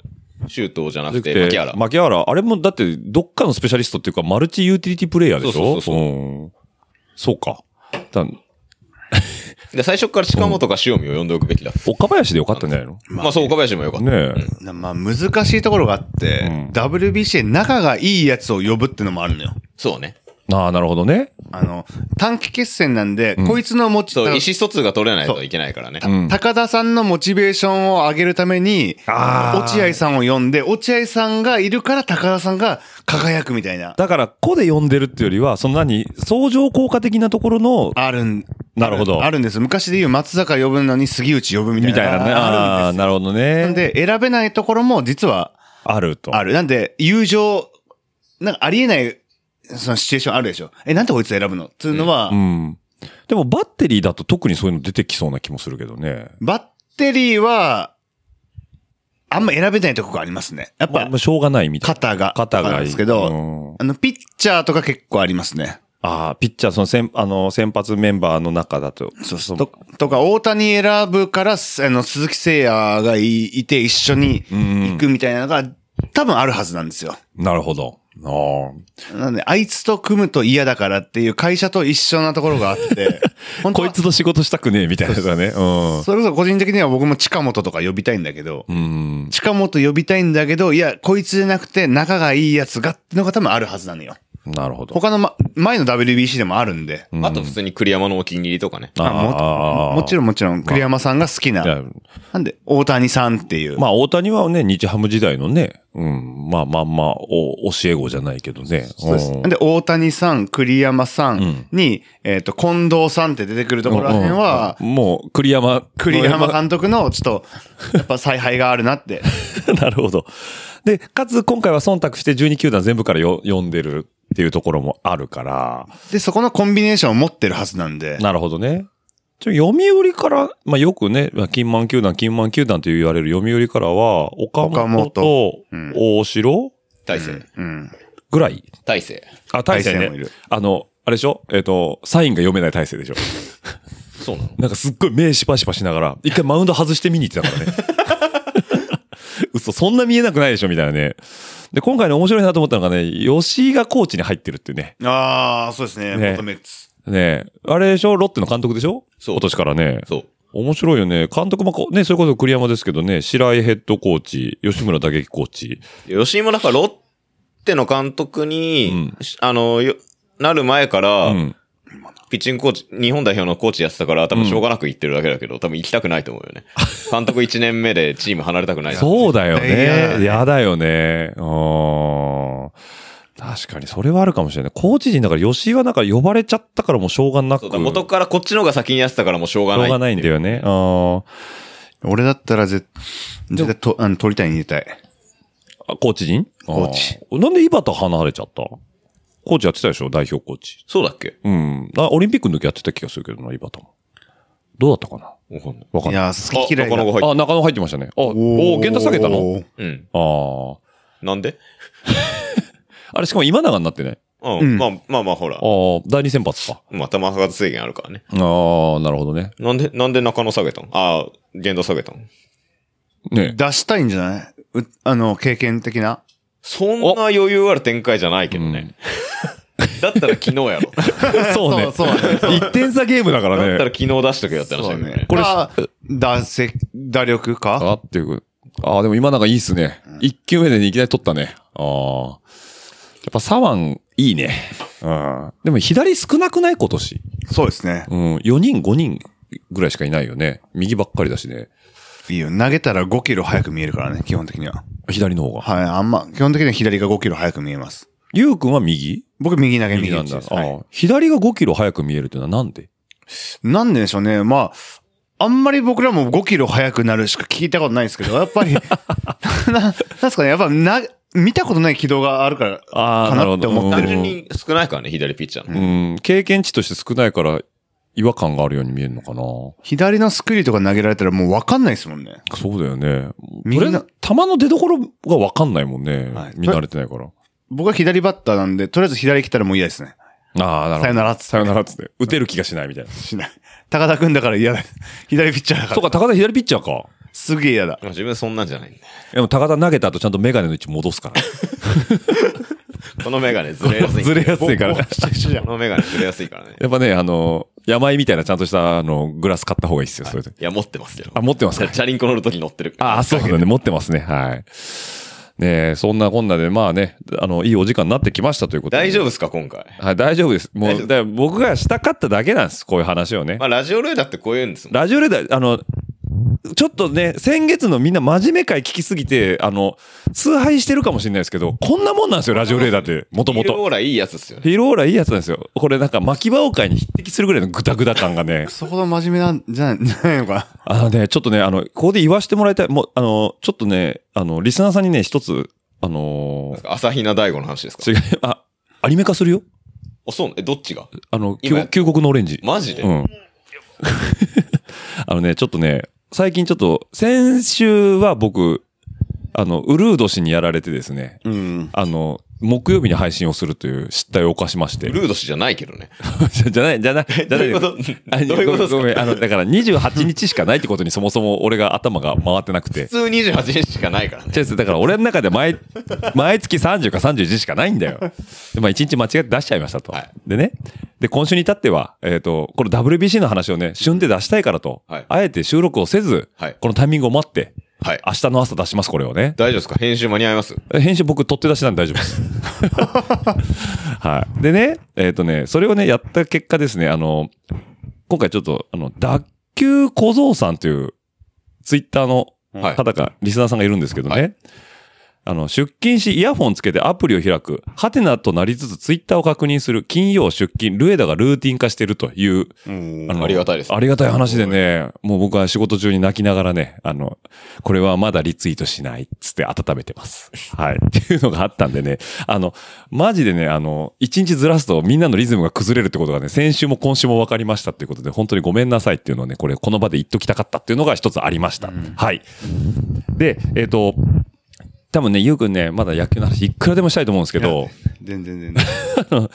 E: 周東じゃなく
B: で
E: て、牧原。
B: 牧原。あれもだって、どっかのスペシャリストっていうか、マルチユーティリティプレイヤーでしょ
E: そうそうそうそ
B: んそうか。だ
E: で最初から近本か塩見を呼んでおくべきだ。
B: 岡林でよかったんじゃないの
E: まあそう、岡林もよかった。
B: ねえ。
D: なまあ難しいところがあって、WBC で仲がいいやつを呼ぶってのもあるのよ。
E: そうね。
B: ああ、なるほどね。
D: あの、短期決戦なんで、こいつの持ち、
E: そう、
D: た
E: 意思疎通が取れないといけないからね。
D: 高田さんのモチベーションを上げるために、
B: あー
D: 落合さんを呼んで、落合さんがいるから高田さんが輝くみたいな、
B: だから、個で呼んでるっていうよりは、その何、相乗効果的なところの、
D: あるん、
B: なるほど
D: あるんです。昔で言う松坂呼ぶのに杉内呼ぶみたい
B: み
D: な。
B: たいなね。ああー、なるほど
D: あるん
B: ね。
D: で、選べないところも実は
B: あると。
D: ある。なんで、友情、なんかありえない、そのシチュエーションあるでしょ。え、なんでこいつ選ぶのっていうのは、
B: うん。でもバッテリーだと特にそういうの出てきそうな気もするけどね。
D: バッテリーは、あんま選べないとこがありますね。やっ
B: まあ、
D: ぱ
B: まあ、しょうがないみたいな。
D: 肩が。
B: 肩がいい
D: なんですけど、
B: うん
D: あの、ピッチャーとか結構ありますね。
B: ああ、ピッチャー、その先、あの、先発メンバーの中だと。そうそう。
D: ととか、大谷選ぶから、すあの、鈴木誠也がいいて一緒に行くみたいなのが、多分あるはずなんですよ。
B: なるほど。あ
D: なんで、あいつと組むと嫌だからっていう会社と一緒なところが あって、
B: あ。
D: 本当
B: こい
D: は
B: つと仕事したくねえみたいなのがね。うん
D: それこそ個人的には僕も近本とか呼びたいんだけど、。
B: うん。
D: 近本呼びたいんだけど、いや、こいつじゃなくて仲がいいやつがってのが多分あるはずなのよ。
B: なるほど。
D: 他の、ま、前の WBC でもあるんで、
E: あと普通に栗山のお気に入りとかね。
B: ああ
D: ももちろんもちろん栗山さんが好きな、
B: いや
D: なんで、大谷さんっていう。
B: まあ、大谷はね、日ハム時代のね、うん、まあまあまあ、お、教え子じゃないけどね。
D: そうです。
B: ん
D: なんで、大谷さん、栗山さんに、えっと、近藤さんって出てくるところら辺は、
B: うんもう、栗山。
D: 栗山監督の、ちょっと、やっぱ采配があるなって。
B: なるほど。で、かつ今回は忖度して12球団全部からよ読んでるっていうところもあるから、
D: で、そこのコンビネーションを持ってるはずなんで。
B: なるほどね。ちょ読売から、まあ、よくね、まあ金満球団、金満球団と言われる読売からは、岡
D: 岡
B: 本
D: 本
B: と
D: うん
B: 大城
E: 大勢。
D: うん。
B: ぐらい。
E: 大勢。
B: あ、大勢
D: 大勢
B: ね
D: もいる。
B: あの、あれでしょえっ、と、サインが読めない大勢でしょ
E: そうなの
B: なんかすっごい目シパシパしながら、一回マウンド外して見に行ってたからね。嘘、そんな見えなくないでしょみたいなね。で、今回ね、面白いなと思ったのがね、吉井がコーチに入ってるっていうね。
D: ああ、そうですね。
B: ね
D: 元メッツ。
B: ねあれでしょロッテの監督でしょ
E: そう
B: 今年からね。
E: そう。
B: 面白いよね。監督もこう、ね、それこそ栗山ですけどね、白井ヘッドコーチ、吉村打撃コーチ。
E: 吉井もなんかロッテの監督に、あの、よなる前から、
B: うん。
E: ピッチングコーチ、日本代表のコーチやってたから、多分しょうがなく行ってるだけだけど、多分行きたくないと思うよ ね。監督1年目でチーム離れたくないな。
B: そうだよ
D: 絶対嫌だ
B: ね。
D: ね
B: 嫌だよね。うーん。確かに、それはあるかもしれない。コーチ陣だから、吉井はなんか呼ばれちゃったからもうしょうがな
E: そ
B: く。
E: うだ元からこっちの方が先にやってたからもうしょうが
B: しょ
E: な
B: う
E: い。
B: がないんだよね。うん
D: 俺だったら絶、絶対と、あの、鳥谷に入れたい。
B: あコーチ陣
D: コーチ。
B: あなんで井端離れちゃったコーチやってたでしょ代表コーチ。
E: そうだっけ
B: うん。あオリンピックの時やってた気がするけどな、井端も。どうだったかな
E: わかんない。
B: わかん
D: い
B: ない。
D: や、好き嫌い
E: あ中野
D: が。
E: が入っ
B: あ、中野入ってましたね。あ、お
D: ー
B: おー、源太下げたの
E: うん。
B: あ
E: なんで
B: あ。あれ、しかも今永になってない。
E: うん、
D: うん
E: まあまあまあほら
B: あ。あ、第二先発か。
E: まあ球数制限あるからね。
B: ああ、なるほどね。
E: なんで、なんで中野下げたのああ、限度下げたの
B: ね
D: 出したいんじゃないうあの、経験的な。
E: そんな余裕ある展開じゃないけどね。 だったら昨日やろ。だ
B: そうね。
D: そうそうね
B: 一点差ゲームだか
E: った
B: ら
E: ら
B: ね。
E: 昨日出しとけよって話
D: そ
E: だ
D: う
E: けど
D: ね
E: ね。。
D: これ、打席、打力か
B: あっていう。ああ、でも今永いいっすね。一球目でねいきなり取ったね。ああ。やっぱ左腕いいね。うん。でも左少なくない今年。
D: そうですね。
B: うん。4人、5人ぐらいしかいないよね。右ばっかりだしね。
D: いいよ。投げたら5キロ早く見えるからね、基本的には。
B: 左の方が。
D: はい、あんま、基本的には左が5キロ早く見えます。
B: ゆうくんは右
D: 僕、右投げ右
B: な
D: 打
B: ん
D: ち
B: だ。
D: です。
B: あ
D: は
B: あ
D: い
B: 左が5キロ早く見えるっていうのはなんで
D: なんででしょうね。まあ、あんまり僕らも5キロ速くなるしか聞いたことないですけど、やっぱり、 な、なんですかね、やっぱな、見たことない軌道があるから、
B: あー
D: かなって思って
E: 単
D: る。
E: 純に少ないからね、左ピッチャーの。
B: うん、経験値として少ないから違和感があるように見えるのかな。
D: 左のスクリューとか投げられたらもうわかんないですもんね。
B: そうだよね。
D: みん
B: とりあえ
D: な
B: ず球の出所がわかんないもんね。
D: はい
B: 見慣れてないから。
D: 僕は左バッターなんで、とりあえず左来たらもう嫌ですね。
B: ああ、なるほど。
D: さよならっつって
B: さよならっつって。打てる気がしないみたいな。
D: しない。高田くんだから嫌だ。左ピッチャーだか
B: そう
D: ら。
B: か、高田左ピッチャーか。
D: すげえ嫌だ。。
E: まあ自分そんなんじゃないんだよ
B: でも高田投げた後ちゃんとメガネの位置戻す から。
E: このメガネずれやすい。
B: ずれやすいからね。
E: このメガネずれやすいからね。
B: やっぱね、あの、山井みたいなちゃんとした、あの、グラス買った方がいいっすよ、それで。
E: いや、持ってますよ。
B: あ、持ってます
E: チ
B: か
E: ャチャリンコ乗るとき乗ってる。
B: ああ、そうだね。持ってますね。はい。ねえ、そんなこんなで、まあね、あの、いいお時間になってきましたということで。
E: 大丈夫ですか、今回。
B: はい、大丈夫です。も
E: 大丈
B: う、
E: 夫
B: だから僕がしたかっただけなんです。こういう話をね
E: ま。あ、ラジオルーダってこういうんですもん。
B: ラジオレーダー、あの、ちょっとね、先月のみんな真面目会聞きすぎて、あの、崇拝してるかもしれないですけど、こんなもんなんですよ、ラジオレーダーって、もとも
E: ヒルオ
B: と。
E: ーラいいやつですよね。
B: フィローラいいやつなんですよ。これなんか巻き場王会に匹敵するぐらいのグダグダ感がね
D: そこの真面目なんじゃないじゃないのかな。
B: あのね、ちょっとね、あの、ここで言わしてもらいたい。もう、あの、ちょっとね、あの、リスナーさんにね、一つ、あの
E: 朝比奈大吾の話ですか
B: 違い、あ、アニメ化するよ。
E: あ、そう、え、どっちが
B: あの、
E: 今や
B: 旧旧国のオレンジ。
E: マジで、
B: うん。 あのね、ちょっとね、最近ちょっと、先週は僕、あの、ウルード氏にやられてですね、
D: うん。
B: あの、木曜日に配信をするという失態を犯しまして。
E: ルード氏じゃないけどね。
B: じ ゃじゃない、じゃない、じゃない。
E: どういうことど
B: あ
E: ういうことです
B: ご
E: か
B: めんごめんあの、だから28日しかないってことにそもそも俺が頭が回ってなくて
E: 普。通28日しかないか らね。
B: 違う違うだから俺の中で毎、毎月30か31しかないんだよ。で、まあ1日間違って出しちゃいましたと。
E: はい
B: でね。で、今週に至っては、えっ、と、この WBC の話をね、旬で出したいからと、
E: はい
B: あえて収録をせず、
E: はい
B: このタイミングを待って、
E: はい。
B: 明日の朝出します、これをね。
E: 大丈夫ですか編集間に合います
B: 編集僕取って出しなんで大丈夫です。はい。でね、えっ、とね、それをね、やった結果ですね、あの、今回ちょっと、あの、脱臼小僧さんという、ツイッターの
E: はい
B: 方が、リスナーさんがいるんですけどね、
E: は
B: あの、出勤し、イヤホンつけてアプリを開く、ハテナとなりつつツイッターを確認する、金曜出勤、ルエダがルーティン化しているという、
D: うん
B: あの
E: ありがたいです
B: ありがたい話でね、もう僕は仕事中に泣きながらね、あの、これはまだリツイートしない、つって温めて ます。はい。っていうのがあったんでね、あの、マジでね、あの、一日ずらすとみんなのリズムが崩れるってことがね、先週も今週も分かりましたっていうことで、本当にごめんなさいっていうのをね、これ、この場で言っときたかったっていうのが一つありました。はい。で、えっ、と、多分ね、ゆうくんね、まだ野球の話いくらでもしたいと思うんですけど、
D: 全然全然。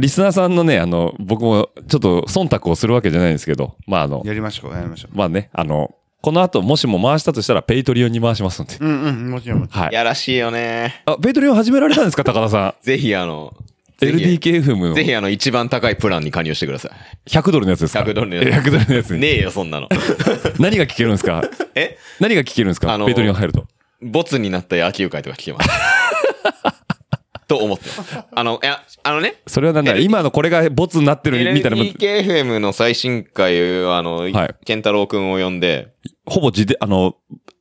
B: リスナーさんのね、あの、僕もちょっと忖度をするわけじゃないんですけど、まああの、
D: やりましょう、やりましょう。
B: まあね、あの、この後、もしも回したとしたら、ペイトリオンに回しますんで。
D: うんうん、もちろんもちろん。
B: はい。
E: やらしいよね。
B: あ、ペイトリオン始められたんですか、高田さ
E: ぜひあの、
B: ん。
E: ぜひ
B: LDKFM の
E: ぜひあの、一番高いプランに加入してください。
B: 100ドルのやつですか
E: 100ドルの やつ
B: え100ドルのやつに。
E: ねえよ、そ んなの。
B: 何が聞けるんですか
E: え
B: 何が聞けるんですか
E: あの
B: ペイトリオン入ると。
E: ボツになった野球界とか聞け ます。と思ってます。あの、いや、あのね、
B: それはなんだ
E: LD
B: 今のこれがボツになってるみたいなもん、
E: LDKFM の最新回を、あの、
B: はい
E: 健太郎くんを呼んで、
B: ほぼ自で、あの、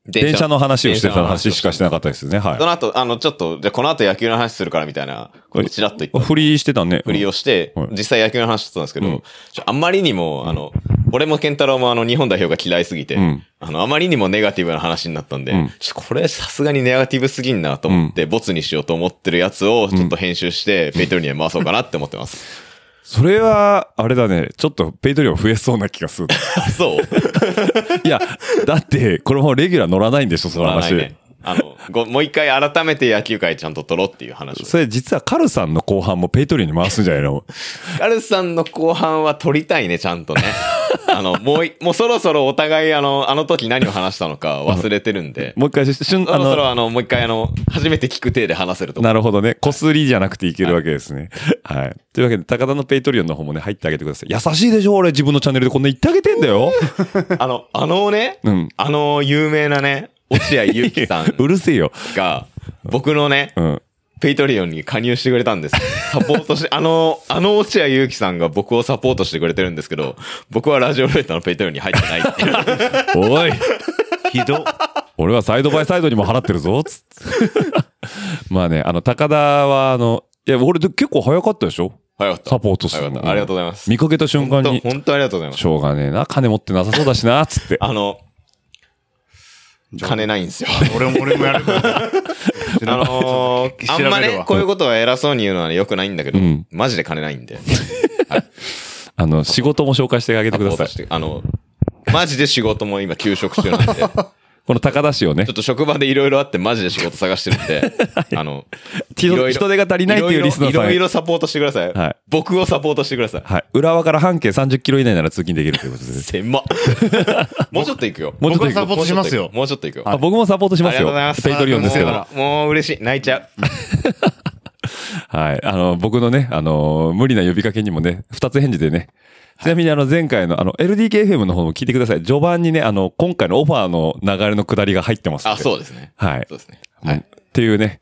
E: 電車
B: 電車の話をしてた
E: 電車の話を
B: 話しかしてなかったですね。
E: そ
B: は
E: の後、あの、ちょっと、じゃあこの後野球の話するからみたいな、ことちらっと言っ
B: い。
E: た。
B: フリーしてたね。
E: ふりをして、
B: うんはい
E: 実際野球の話してたんですけど、
B: うん
E: ちょあんまりにも、あの、俺も健太郎もあの、日本代表が嫌いすぎて、
B: うん
E: あの、あまりにもネガティブな話になったんで、
B: うん
E: ちょっとこれさすがにネガティブすぎんなと思って、ボツにしようと思ってるやつを、ちょっと編集して、ペイトリアに回そうかなって思っ てます。
B: それは、あれだね。ちょっとペイトリオン増えそうな気がする。
E: そう
B: いや、だって、これもレギュラー乗らないんでしょ、その
E: 乗らない
B: 話。
E: ね。あの、ごもう一回改めて野球界ちゃんと撮ろうっていう話を。
B: それ実はカルさんの後半もペイトリオンに回すんじゃない の
E: ガルさんの後半は撮りたいね、ちゃ んとね。あの、もうい、もうそろそろお互いあの、あの時何を話したのか忘れてるんで。
B: もう一回し、しゅん、
E: そ
B: あ
E: ろそろ
B: の、
E: あの、もう一回あの、初めて聞く体で話せると思う。
B: なるほどね。こすりじゃなくていけるわけですね。はい。というわけで、高田のペイトリオンの方もね、入ってあげてください。優しいでしょ俺、自分のチャンネルでこんな言ってあげてんだよ。
E: あの、あのね、
B: うん
E: あの有名なね、落合ゆきさん
B: うるせえよ。
E: が、僕のね、
B: うん。
E: ペイトリオンに加入してくれたんです。サポートして、あ の、あの落合ゆきさんが僕をサポートしてくれてるんですけど、僕はラジオルエットのペイトリオンに入っ てないっていう。
B: おい
F: ひどっ。
B: 俺はサイドバイサイドにも払ってるぞ、つって。 まあね、あの、高田は、あの、いや、俺で結構早かったでしょ
E: 早かった。
B: サポートする
E: 早かっ
B: の。
E: たありがとうございます。
B: 見かけた瞬間
E: 本
B: に
E: 当、本当ありがとうございます
B: し。ょうがねえな、金持ってなさそうだしな、つって。
E: あの、金ないん ですよ。
D: 俺も、俺もやる。
E: あのー
D: 調
E: あ
D: べ
E: ん
D: るわ
E: まね、こういうことは偉そうに言うのはね良くないんだけど、
B: うん
E: マジで金ないんで。
B: あの、仕事も紹介してあげてください。
E: あの、マジで仕事も今休職中なん で、ちょ
B: この高田市をね
E: っ、と職場でいろいろあってマジで仕事探してるんで、あの、
B: 人
E: いろいろ
B: 人手が足りないっていうリスナー
E: いろいろいろい
B: さん。
E: ろサポートしてください。
B: はい
E: 僕をサポートしてください。
B: はい。浦和から半径30キロ以内なら通勤できるということです。
E: 狭っもうちょっと行くよ。
B: もうちょっと行く
D: 僕はサポートしますよ
E: もうちょっと行くよ。
B: あ僕もサポートし
E: あ
B: ま
E: り
B: す
E: が
B: よ
E: とうございま。す。
B: ペイトリオンですけど。
E: もうもう嬉しい。泣い ちゃう。
B: はい。あの、僕のね、あのー無理な呼びかけにもね、二つ返事でね。ちなみにあの前回のあの LDKFM の方も聞いてください。序盤にね、あの、今回のオファーの流れの下りが入ってますんで。
E: あ、そうですね。
B: はい
E: そう。ですね。
B: うんっていうね、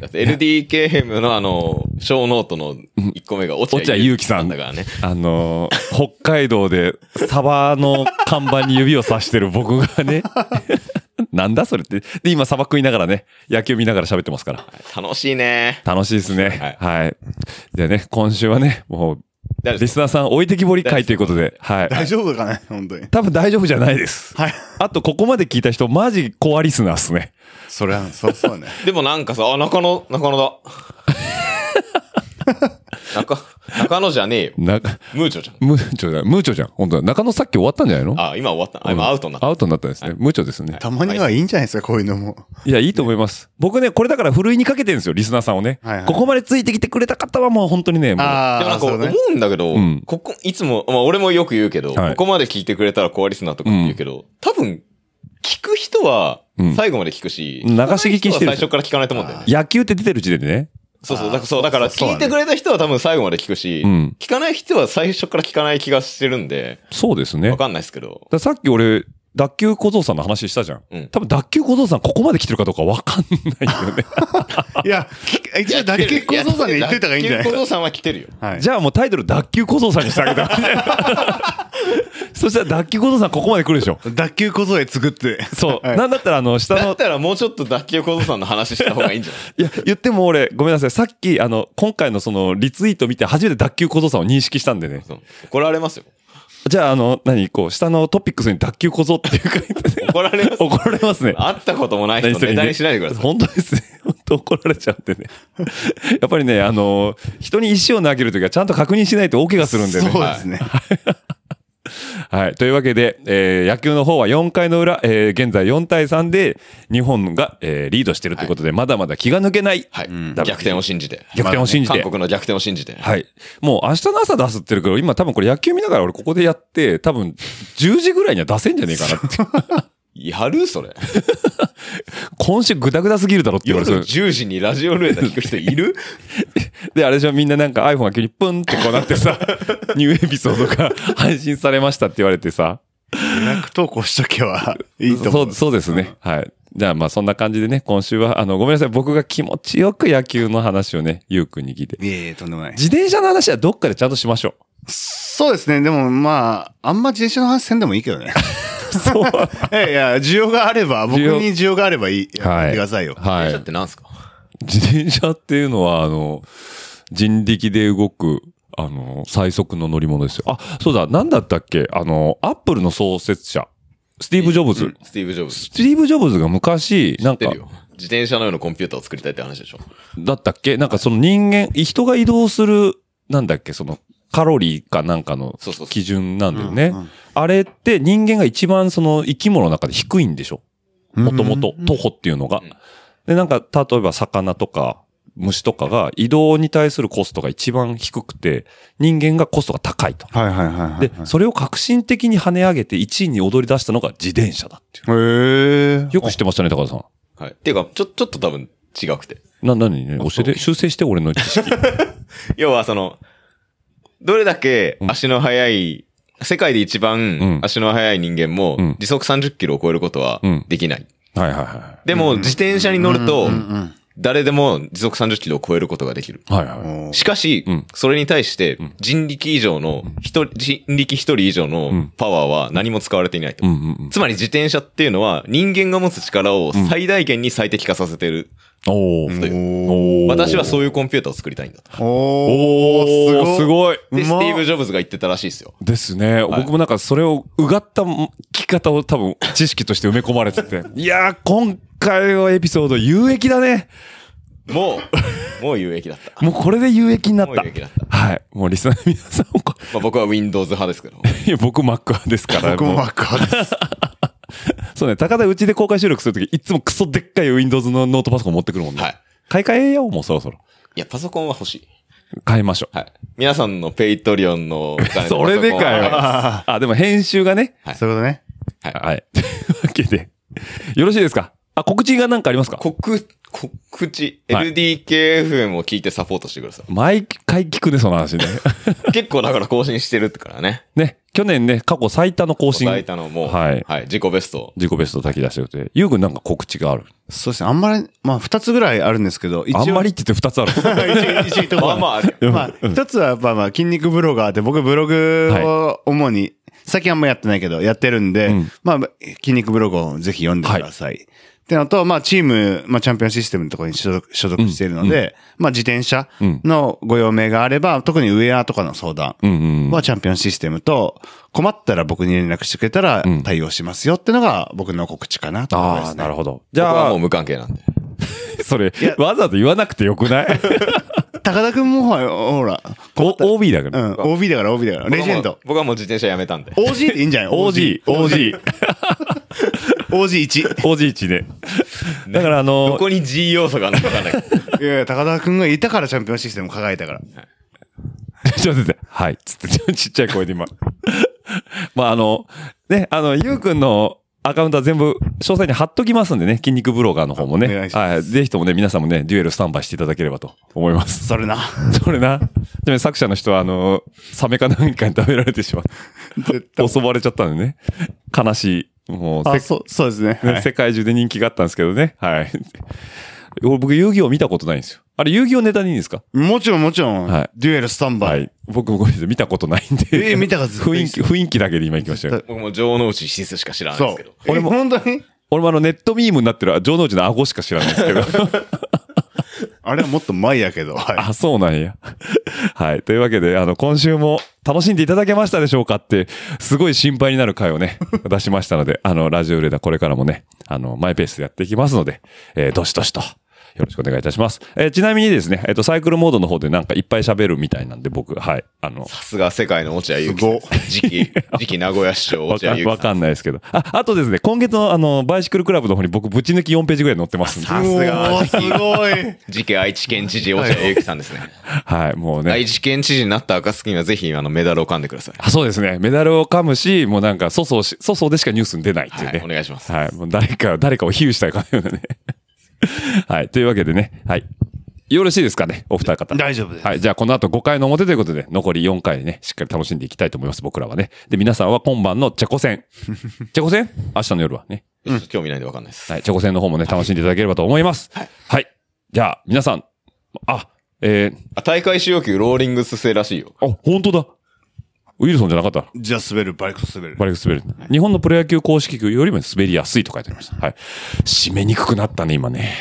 E: だって LDKM のあの、小ノートの1個目が落
B: 落合
E: 合
B: ゆ
E: ゆ
B: う
E: う
B: き
E: き
B: さ
E: さ
B: ん
E: んだからね。
B: あのー北海道でサバの看板に指をさしてる僕がね、 なんだそれって。で、今砂漠いながらね、野球見ながら喋ってますから。
E: 楽しいね。
B: 楽しいですね。はい。じゃあね、今週はね、もう、
E: 大丈夫
B: リスナーさん置いてきぼり会ということで、はい。
D: 大丈夫かね本当に。
B: 多分大丈夫じゃないです。
D: はい。
B: あと、ここまで聞いた人、マジコアリスナーっすね。
D: そりゃ、そうそうね。
E: でもなんかさ、あ、中野、中野 だ。中、中野じゃねえよ。
B: な、
E: ムーチョじゃん。
B: ムーチョじゃん、ムーチョじゃん。本当だ。中野さっき終わったんじゃないの
E: あ、今終わった。あ、今アウトになった。
B: アウトになったんですね。ムーチョですね。
D: たまにはいいんじゃないですか、こういうのも。
B: いや、いいと思います。僕ね、これだから、ふるいにかけてるんですよ、リスナーさんをね。
D: はいはい
B: ここまでついてきてくれた方は、もう本当にね、もう。
E: でもな
D: あ
E: ん
D: あ、
E: か
D: そ
E: 思
D: うね。
E: うんだけど
B: うん、
E: ここ、いつも、まあ俺もよく言うけど、
B: はい
E: ここまで聞いてくれたらコアリスナーとかって言うけど、多分、聞く人は
B: うん
E: 最後まで聞くし、
B: 流し聞きしてる
E: 聞かない人は最初から聞かないと思うんだよね。
B: 野球って出てる時点でね。
E: そうそう、
D: あー
E: だからそう、だから
D: そう
E: 聞いてくれた人は多分最後まで聞くし、
B: うん
E: 聞かない人は最初から聞かない気がしてるんで、
B: そうですね。
E: わ
B: だか
E: かんないですけど、
B: らさっき俺、脱臼小僧さんの話したじゃん。
E: うん
B: 多分、脱臼小僧さん、ここまで来てるかどうかわかんないよね。
D: いや、き一応、だけ小僧さんで言っといた方がいいんじゃない
E: 小僧さんは来てるよ。
D: はい。
B: じゃあもうタイトル、脱臼小僧さんにしてあげた そしたら、脱臼小僧さん、ここまで来るでしょ。
D: 脱臼小僧へ作って。
B: そう。
D: はい
B: なんだったら、あの、下
E: だ
B: の
E: っ、たらもうちょっと脱臼小僧さんの話した方がいいんじゃない
B: いや、言っても俺、ごめんなさい。さっき、あの、今回のその、リツイート見て、初めて脱臼小僧さんを認識したんでね。
E: そう怒られますよ。
B: じゃあ、あの、何、こう、下のトピックスに脱臼小僧っていう書いて、。
E: 怒られます
B: 怒られますね。
E: 会ったこともない人ネタにしないでください。
B: 本当ですね。 本当怒られちゃってね。 やっぱりね、あの、人に石を投げるときはちゃんと確認しないと大怪我するんでね。
D: そうですね。
B: はい。というわけで、えー野球の方は4回の裏、えー現在4対3で日本が、えーリードしてるということで、まだまだ気が抜けない。
E: はい、
B: ん
E: 逆転を信じて。
B: 逆転を信じて。
E: 韓国の逆転を信じて。
B: はい。もう明日の朝出すってるけど、今多分これ野球見ながら俺ここでやって、多分10時ぐらいには出せんじゃねえかなって。
E: やるそれ。
B: 今週グダグダすぎるだろって言わ
E: 夜
B: れてる。
E: 10時にラジオルエダ聞く人いる
B: で、あれじゃみんななんか iPhone が急にプンってこうなってさ、 ニューエピソードが 配信されましたって言われてさ。
D: 予約投稿しとけばいい
B: そ
D: と思
B: う、
D: う。
B: そうですね。はい。じゃあまあそんな感じでね、今週は、あの、ごめんなさい。僕が気持ちよく野球の話をね、ゆうくんに聞いて。
D: いえいえ、とんでもない。
B: 自転車の話はどっかでちゃんとしましょ
D: そうですね。でもまあ、あんま自転車の話せんでもいい けどね。
B: う。そう。は
D: えいや、需要があれば、僕
B: 需要
D: に需要があればいい。
B: い
D: やってくださいよ。
E: 電
B: い
E: 車っ。てなんすか
B: 自転車っていうのは、あの、人力で動く、あの、最速の乗り物ですよ。あ、そうだ、なんだったっけあの、アップルの創設者、スティーブ・ジョブズ。
E: スティーブ・ジョブズ。
B: スティーブ・ジョブズが昔、なん
E: 知っ
B: か
E: てる、よ。自転車のようなコンピューターを作りたいって話でしょ。
B: だったっけなんかその人間、人が移動する、なんだっけ、その、カロリーかなんかの
E: そうそうそう
B: 基準なんだよね
D: うんうん。
B: あれって人間が一番その生き物の中で低いんでしょもともと、徒歩っていうのが
E: うん。
B: で、なんか、例えば魚とか虫とかが移動に対するコストが一番低くて、人間がコストが高いと。
D: はいはいはいはい。
B: で、それを革新的に跳ね上げて1位に躍り出したのが自転車だっていう。
D: へえ。
B: よく知ってましたね、高田さん。
E: はい。っていうか、ちょ、ちょっと多分違くて。
B: な、なにね、
E: そう
B: 教えて、修正して俺の知識。
E: 要はその、どれだけ足の速い、世界で一
B: うん
E: 番足の速い人間も
B: うん
E: 時速30キロを超えることは
B: うん
E: できない。
B: はいはいは
E: でも自転車に乗ると
D: うんうん
E: 誰でも時速30キロを超えることができる。
B: い。はいはい。
D: うん。
E: しかし
B: うん、
E: それに対して人力以上の、一人人力一人以上
B: うん
E: のパワーは何も使われていないと
B: うん。うんうん。
E: つまり自転車っていうのは人間が持つ力を最大限に最適化させてる
B: おー
E: とい
B: お
E: う。私はそう
B: いう。
E: いうコンピューターを作りたいんだと。
D: お
B: おー、す
D: い。
B: ごい。
E: で、
D: う
E: ス
D: まっ
E: ティーブ・ジョブズが言ってたらしいですよ。
B: ですね。
E: はい
B: 僕もなんかそれをうがった聞き方を多分知識として埋め込まれてて。いやー、今回のエピソード有益だね。
E: も う、もう有益だった。
B: もうこれで有益になっ
E: もう
B: た
E: 有。益 だった。
B: はい。もうリスナーの皆さんもこ、
E: まあ僕は Windows 派です けど。
B: いや僕 Mac 派ですから。
D: 僕も
B: もう
D: マック派です。
B: そうね、高田うちで公開収録するとき、いつもクソでっかい Windows のノートパソコン持ってくるもんね。
E: はい。
B: 買い替えよう、もうそろそろ。
E: いや、パソコンは欲しい。
B: 買いましょう。
E: はい。皆さんのペイトリオンのお金
B: それでかよ。
E: パソコンは
B: あ、でも編集がね。
E: はい
D: そういうことね。
B: はい。というわけで。よろしいですかあ、告知が何かありますか
E: 告、告知。
B: はい
E: LDKFM を聞いてサポートしてくださ
B: 毎回聞くね、その話ね。
E: い。結構だから更新してるからね。
B: ね、去年ね、過去最多の更新。
E: 答えたのも、
B: はい
E: はい。自己ベスト。
B: 自己ベストを炊き出してるって。ゆうくんなんか告知がある。
D: そうですね。あんまり、まあ、二つぐらいあるんですけど、一
B: あんま
D: り。
B: りって言って二つある。
D: 一応、一応、
E: まあまああるよ。
D: まあ、一つは、まあまあ、筋肉ブロガーで、僕ブログを主に、最近あんまやってないけど、やってるんで、
B: うん
D: まあ、筋肉ブログをぜひ読んでください。ってのと、まあ、チーム、まあ、チャンピオンシステムのところに所属所属しているので、まあ、自転車のご用命があれば、特にウェアとかの相談
B: うんうん。
D: はチャンピオンシステムと、困ったら僕に連絡してくれたら
B: うん
D: 対応しますよってのが僕の告知かなと思いま
B: あ
D: す
B: あ、
D: ね。
B: なるほど。じ
E: じゃあ。僕
B: ゃ
E: は
B: あ
E: もう、無関係なんで。
B: それ
D: や、
B: わざわざ言わなくてよくない
D: 高田くんもほら、ほら、
B: お ?OB だか
D: う
B: ら。
D: ん、OB だから OB だから、レジェンド。
E: 僕はもう僕はもう自転車やめたんで。
D: OG でいいん じゃない
B: OG、OG、
D: OG1。
B: OG1 ね。だからあ
E: ど
B: の、
E: こに G 要素があるのかわかんない けど。
D: いやいや、高田くんがいたからチャンピオンシステム輝いたから。
B: ちょっと待って、はい、つって、ちょ ちっちゃい声で今。まあ、あの、ね、あの、ゆうくんのアカウントは全部、詳細に貼っときますんでね、筋肉ブロガーの方も
D: お願
B: ね。
D: いしま
B: はい、ぜひともね、皆さんもね、デュエルスタンバイしていただければと思います。
D: それな。
B: それな。でも作者の人は、あの、サメか何かに食べられてしま
D: 絶
B: う。襲われちゃったんでね。悲しい。もう、
D: あ、
B: せ
D: そう、そうですね。
B: ね
D: はい
B: 世界中で人気があったんですけどね。はい。俺僕、遊戯王見たことないんですよ。あれ、遊戯王ネタでいいんですか
D: もちろんもちろん、
B: はい
D: デュエルスタンバ
B: は
D: イ。
B: い。僕もごめんなさい、見たことないんで。
D: えー見たかずっと
B: 雰囲気、雰囲気だけで今行きましたよ。
E: 僕も城之内シスしか知らないで
D: そ
E: す
D: う
E: けど。。
D: 俺も本当に
B: 俺もあの、ネットミームになってる、城之内の顎しか知らないんですけど。
D: あれはもっと前やけど。はい
B: あ、そうなんや。はい。というわけで、あの、今週も楽しんでいただけましたでしょうかって、すごい心配になる回を ね、出しましたので、あの、ラジオレーダーこれからもね、あの、マイペースでやっていきますので、えーどしどしと、よろしくお願いいたします。えーちなみにですね、えっ、と、サイクルモードの方でなんかいっぱい喋るみたいなんで、僕、はい、あの、
E: さすが世界の落合ゆきさん。次期、次期名古屋市 長
B: わ
E: 落
B: か
E: 合ゆき
B: わ
E: さん。
B: かんないですけど。あ、あとですね、今月のあの、バイシクルクラブの方に僕、ぶち抜き4ページぐらい載ってますんで。
E: さすが
D: おーすごい。
E: 次期愛知県知事落合ゆきさんですね。
B: はい、もうね。
E: 愛知県知事になった暁にはぜひあのメダルを噛んでください。
B: あそうですね。メダルを噛むし、もうなんか、粗相し、粗相でしかニュースに出ないっていうね。
E: はいお願いします
B: はい。もう誰か、誰かを比喩したいかのようなね。 はい。というわけでね。はい。よろしいですかね、お二方。
D: 大丈夫です
B: はい。じゃあ、この後5回の表ということで、残り4回ね、しっかり楽しんでいきたいと思います、僕らはね。で、皆さんは今晩のチェコ 戦。チェコ戦明日の夜はね。
E: ちょっと興味ないんでわかんないです。
B: はい、チョコ戦の方もね、楽しんでいただければと思います。はい。じゃあ、皆さん、あ、えー、
E: あ大会使用級ローリングス製らしいよ。
B: あ、本当だ。ウィルソンじゃなかった。
D: じゃあ滑る、バイクと滑る。
B: バレー滑る。日本のプロ野球公式球よりも滑りやすいと書いてありました。はい。締めにくくなったね、今ね。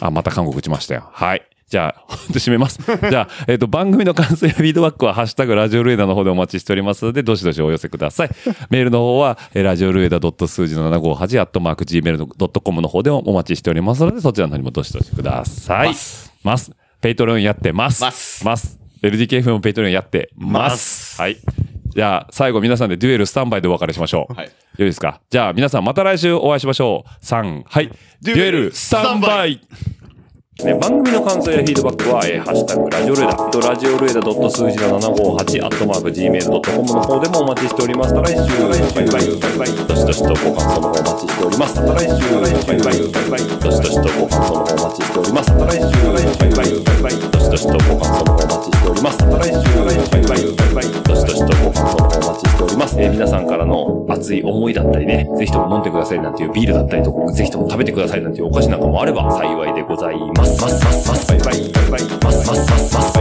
B: あ、また韓国打ちましたよ。はい。じゃあ、 ほんと締めます。じゃあ、えっ、と、番組の感想やフィードバックは、ハッシュタグラジオルエダの方でお待ちしておりますので、どしどしお寄せください。メールの方は、えーラジオルエダ数字の758、アットマーク gmail.com の方でもお待ちしておりますので、そちらの方にもどしどしください。ます。ます。ペイトロンやってます。
E: ます
B: ます。LDKF もペイトロンやってます。はい。じゃあ、最後皆さんでデュエルスタンバイでお別れしましょう。
E: はい
B: よいですかじゃあ、皆さんまた来週お会いしましょう。3、はい。デュエルスタンバイね、番組の感想やフィードバックは、えーハッシュタグラジオルエダ、えっとラジオルエダ数字の758、アットマーク Gmail.com の方でもお待ちしております。また来週、バイバイ、バイバイ、どしどしとご感想の方お待ちしております。また来週、バイバイ、バイバイ、どしどしとご感想の方お待ちしております。また来週、バイバイ、バイバイ、どしどしとご感想の方お待ちしております。また来週、バイバイ、バイバイ、どしどしとご感想の方お待ちしております。えー皆さんからの熱い思いだったりね、ぜひとも飲んでくださいなんていうビールだったりとか、ぜひとも食べてくださいなんていうお菓子なんかもあれば幸いでございます。ますますますバイバイバイバイますますますます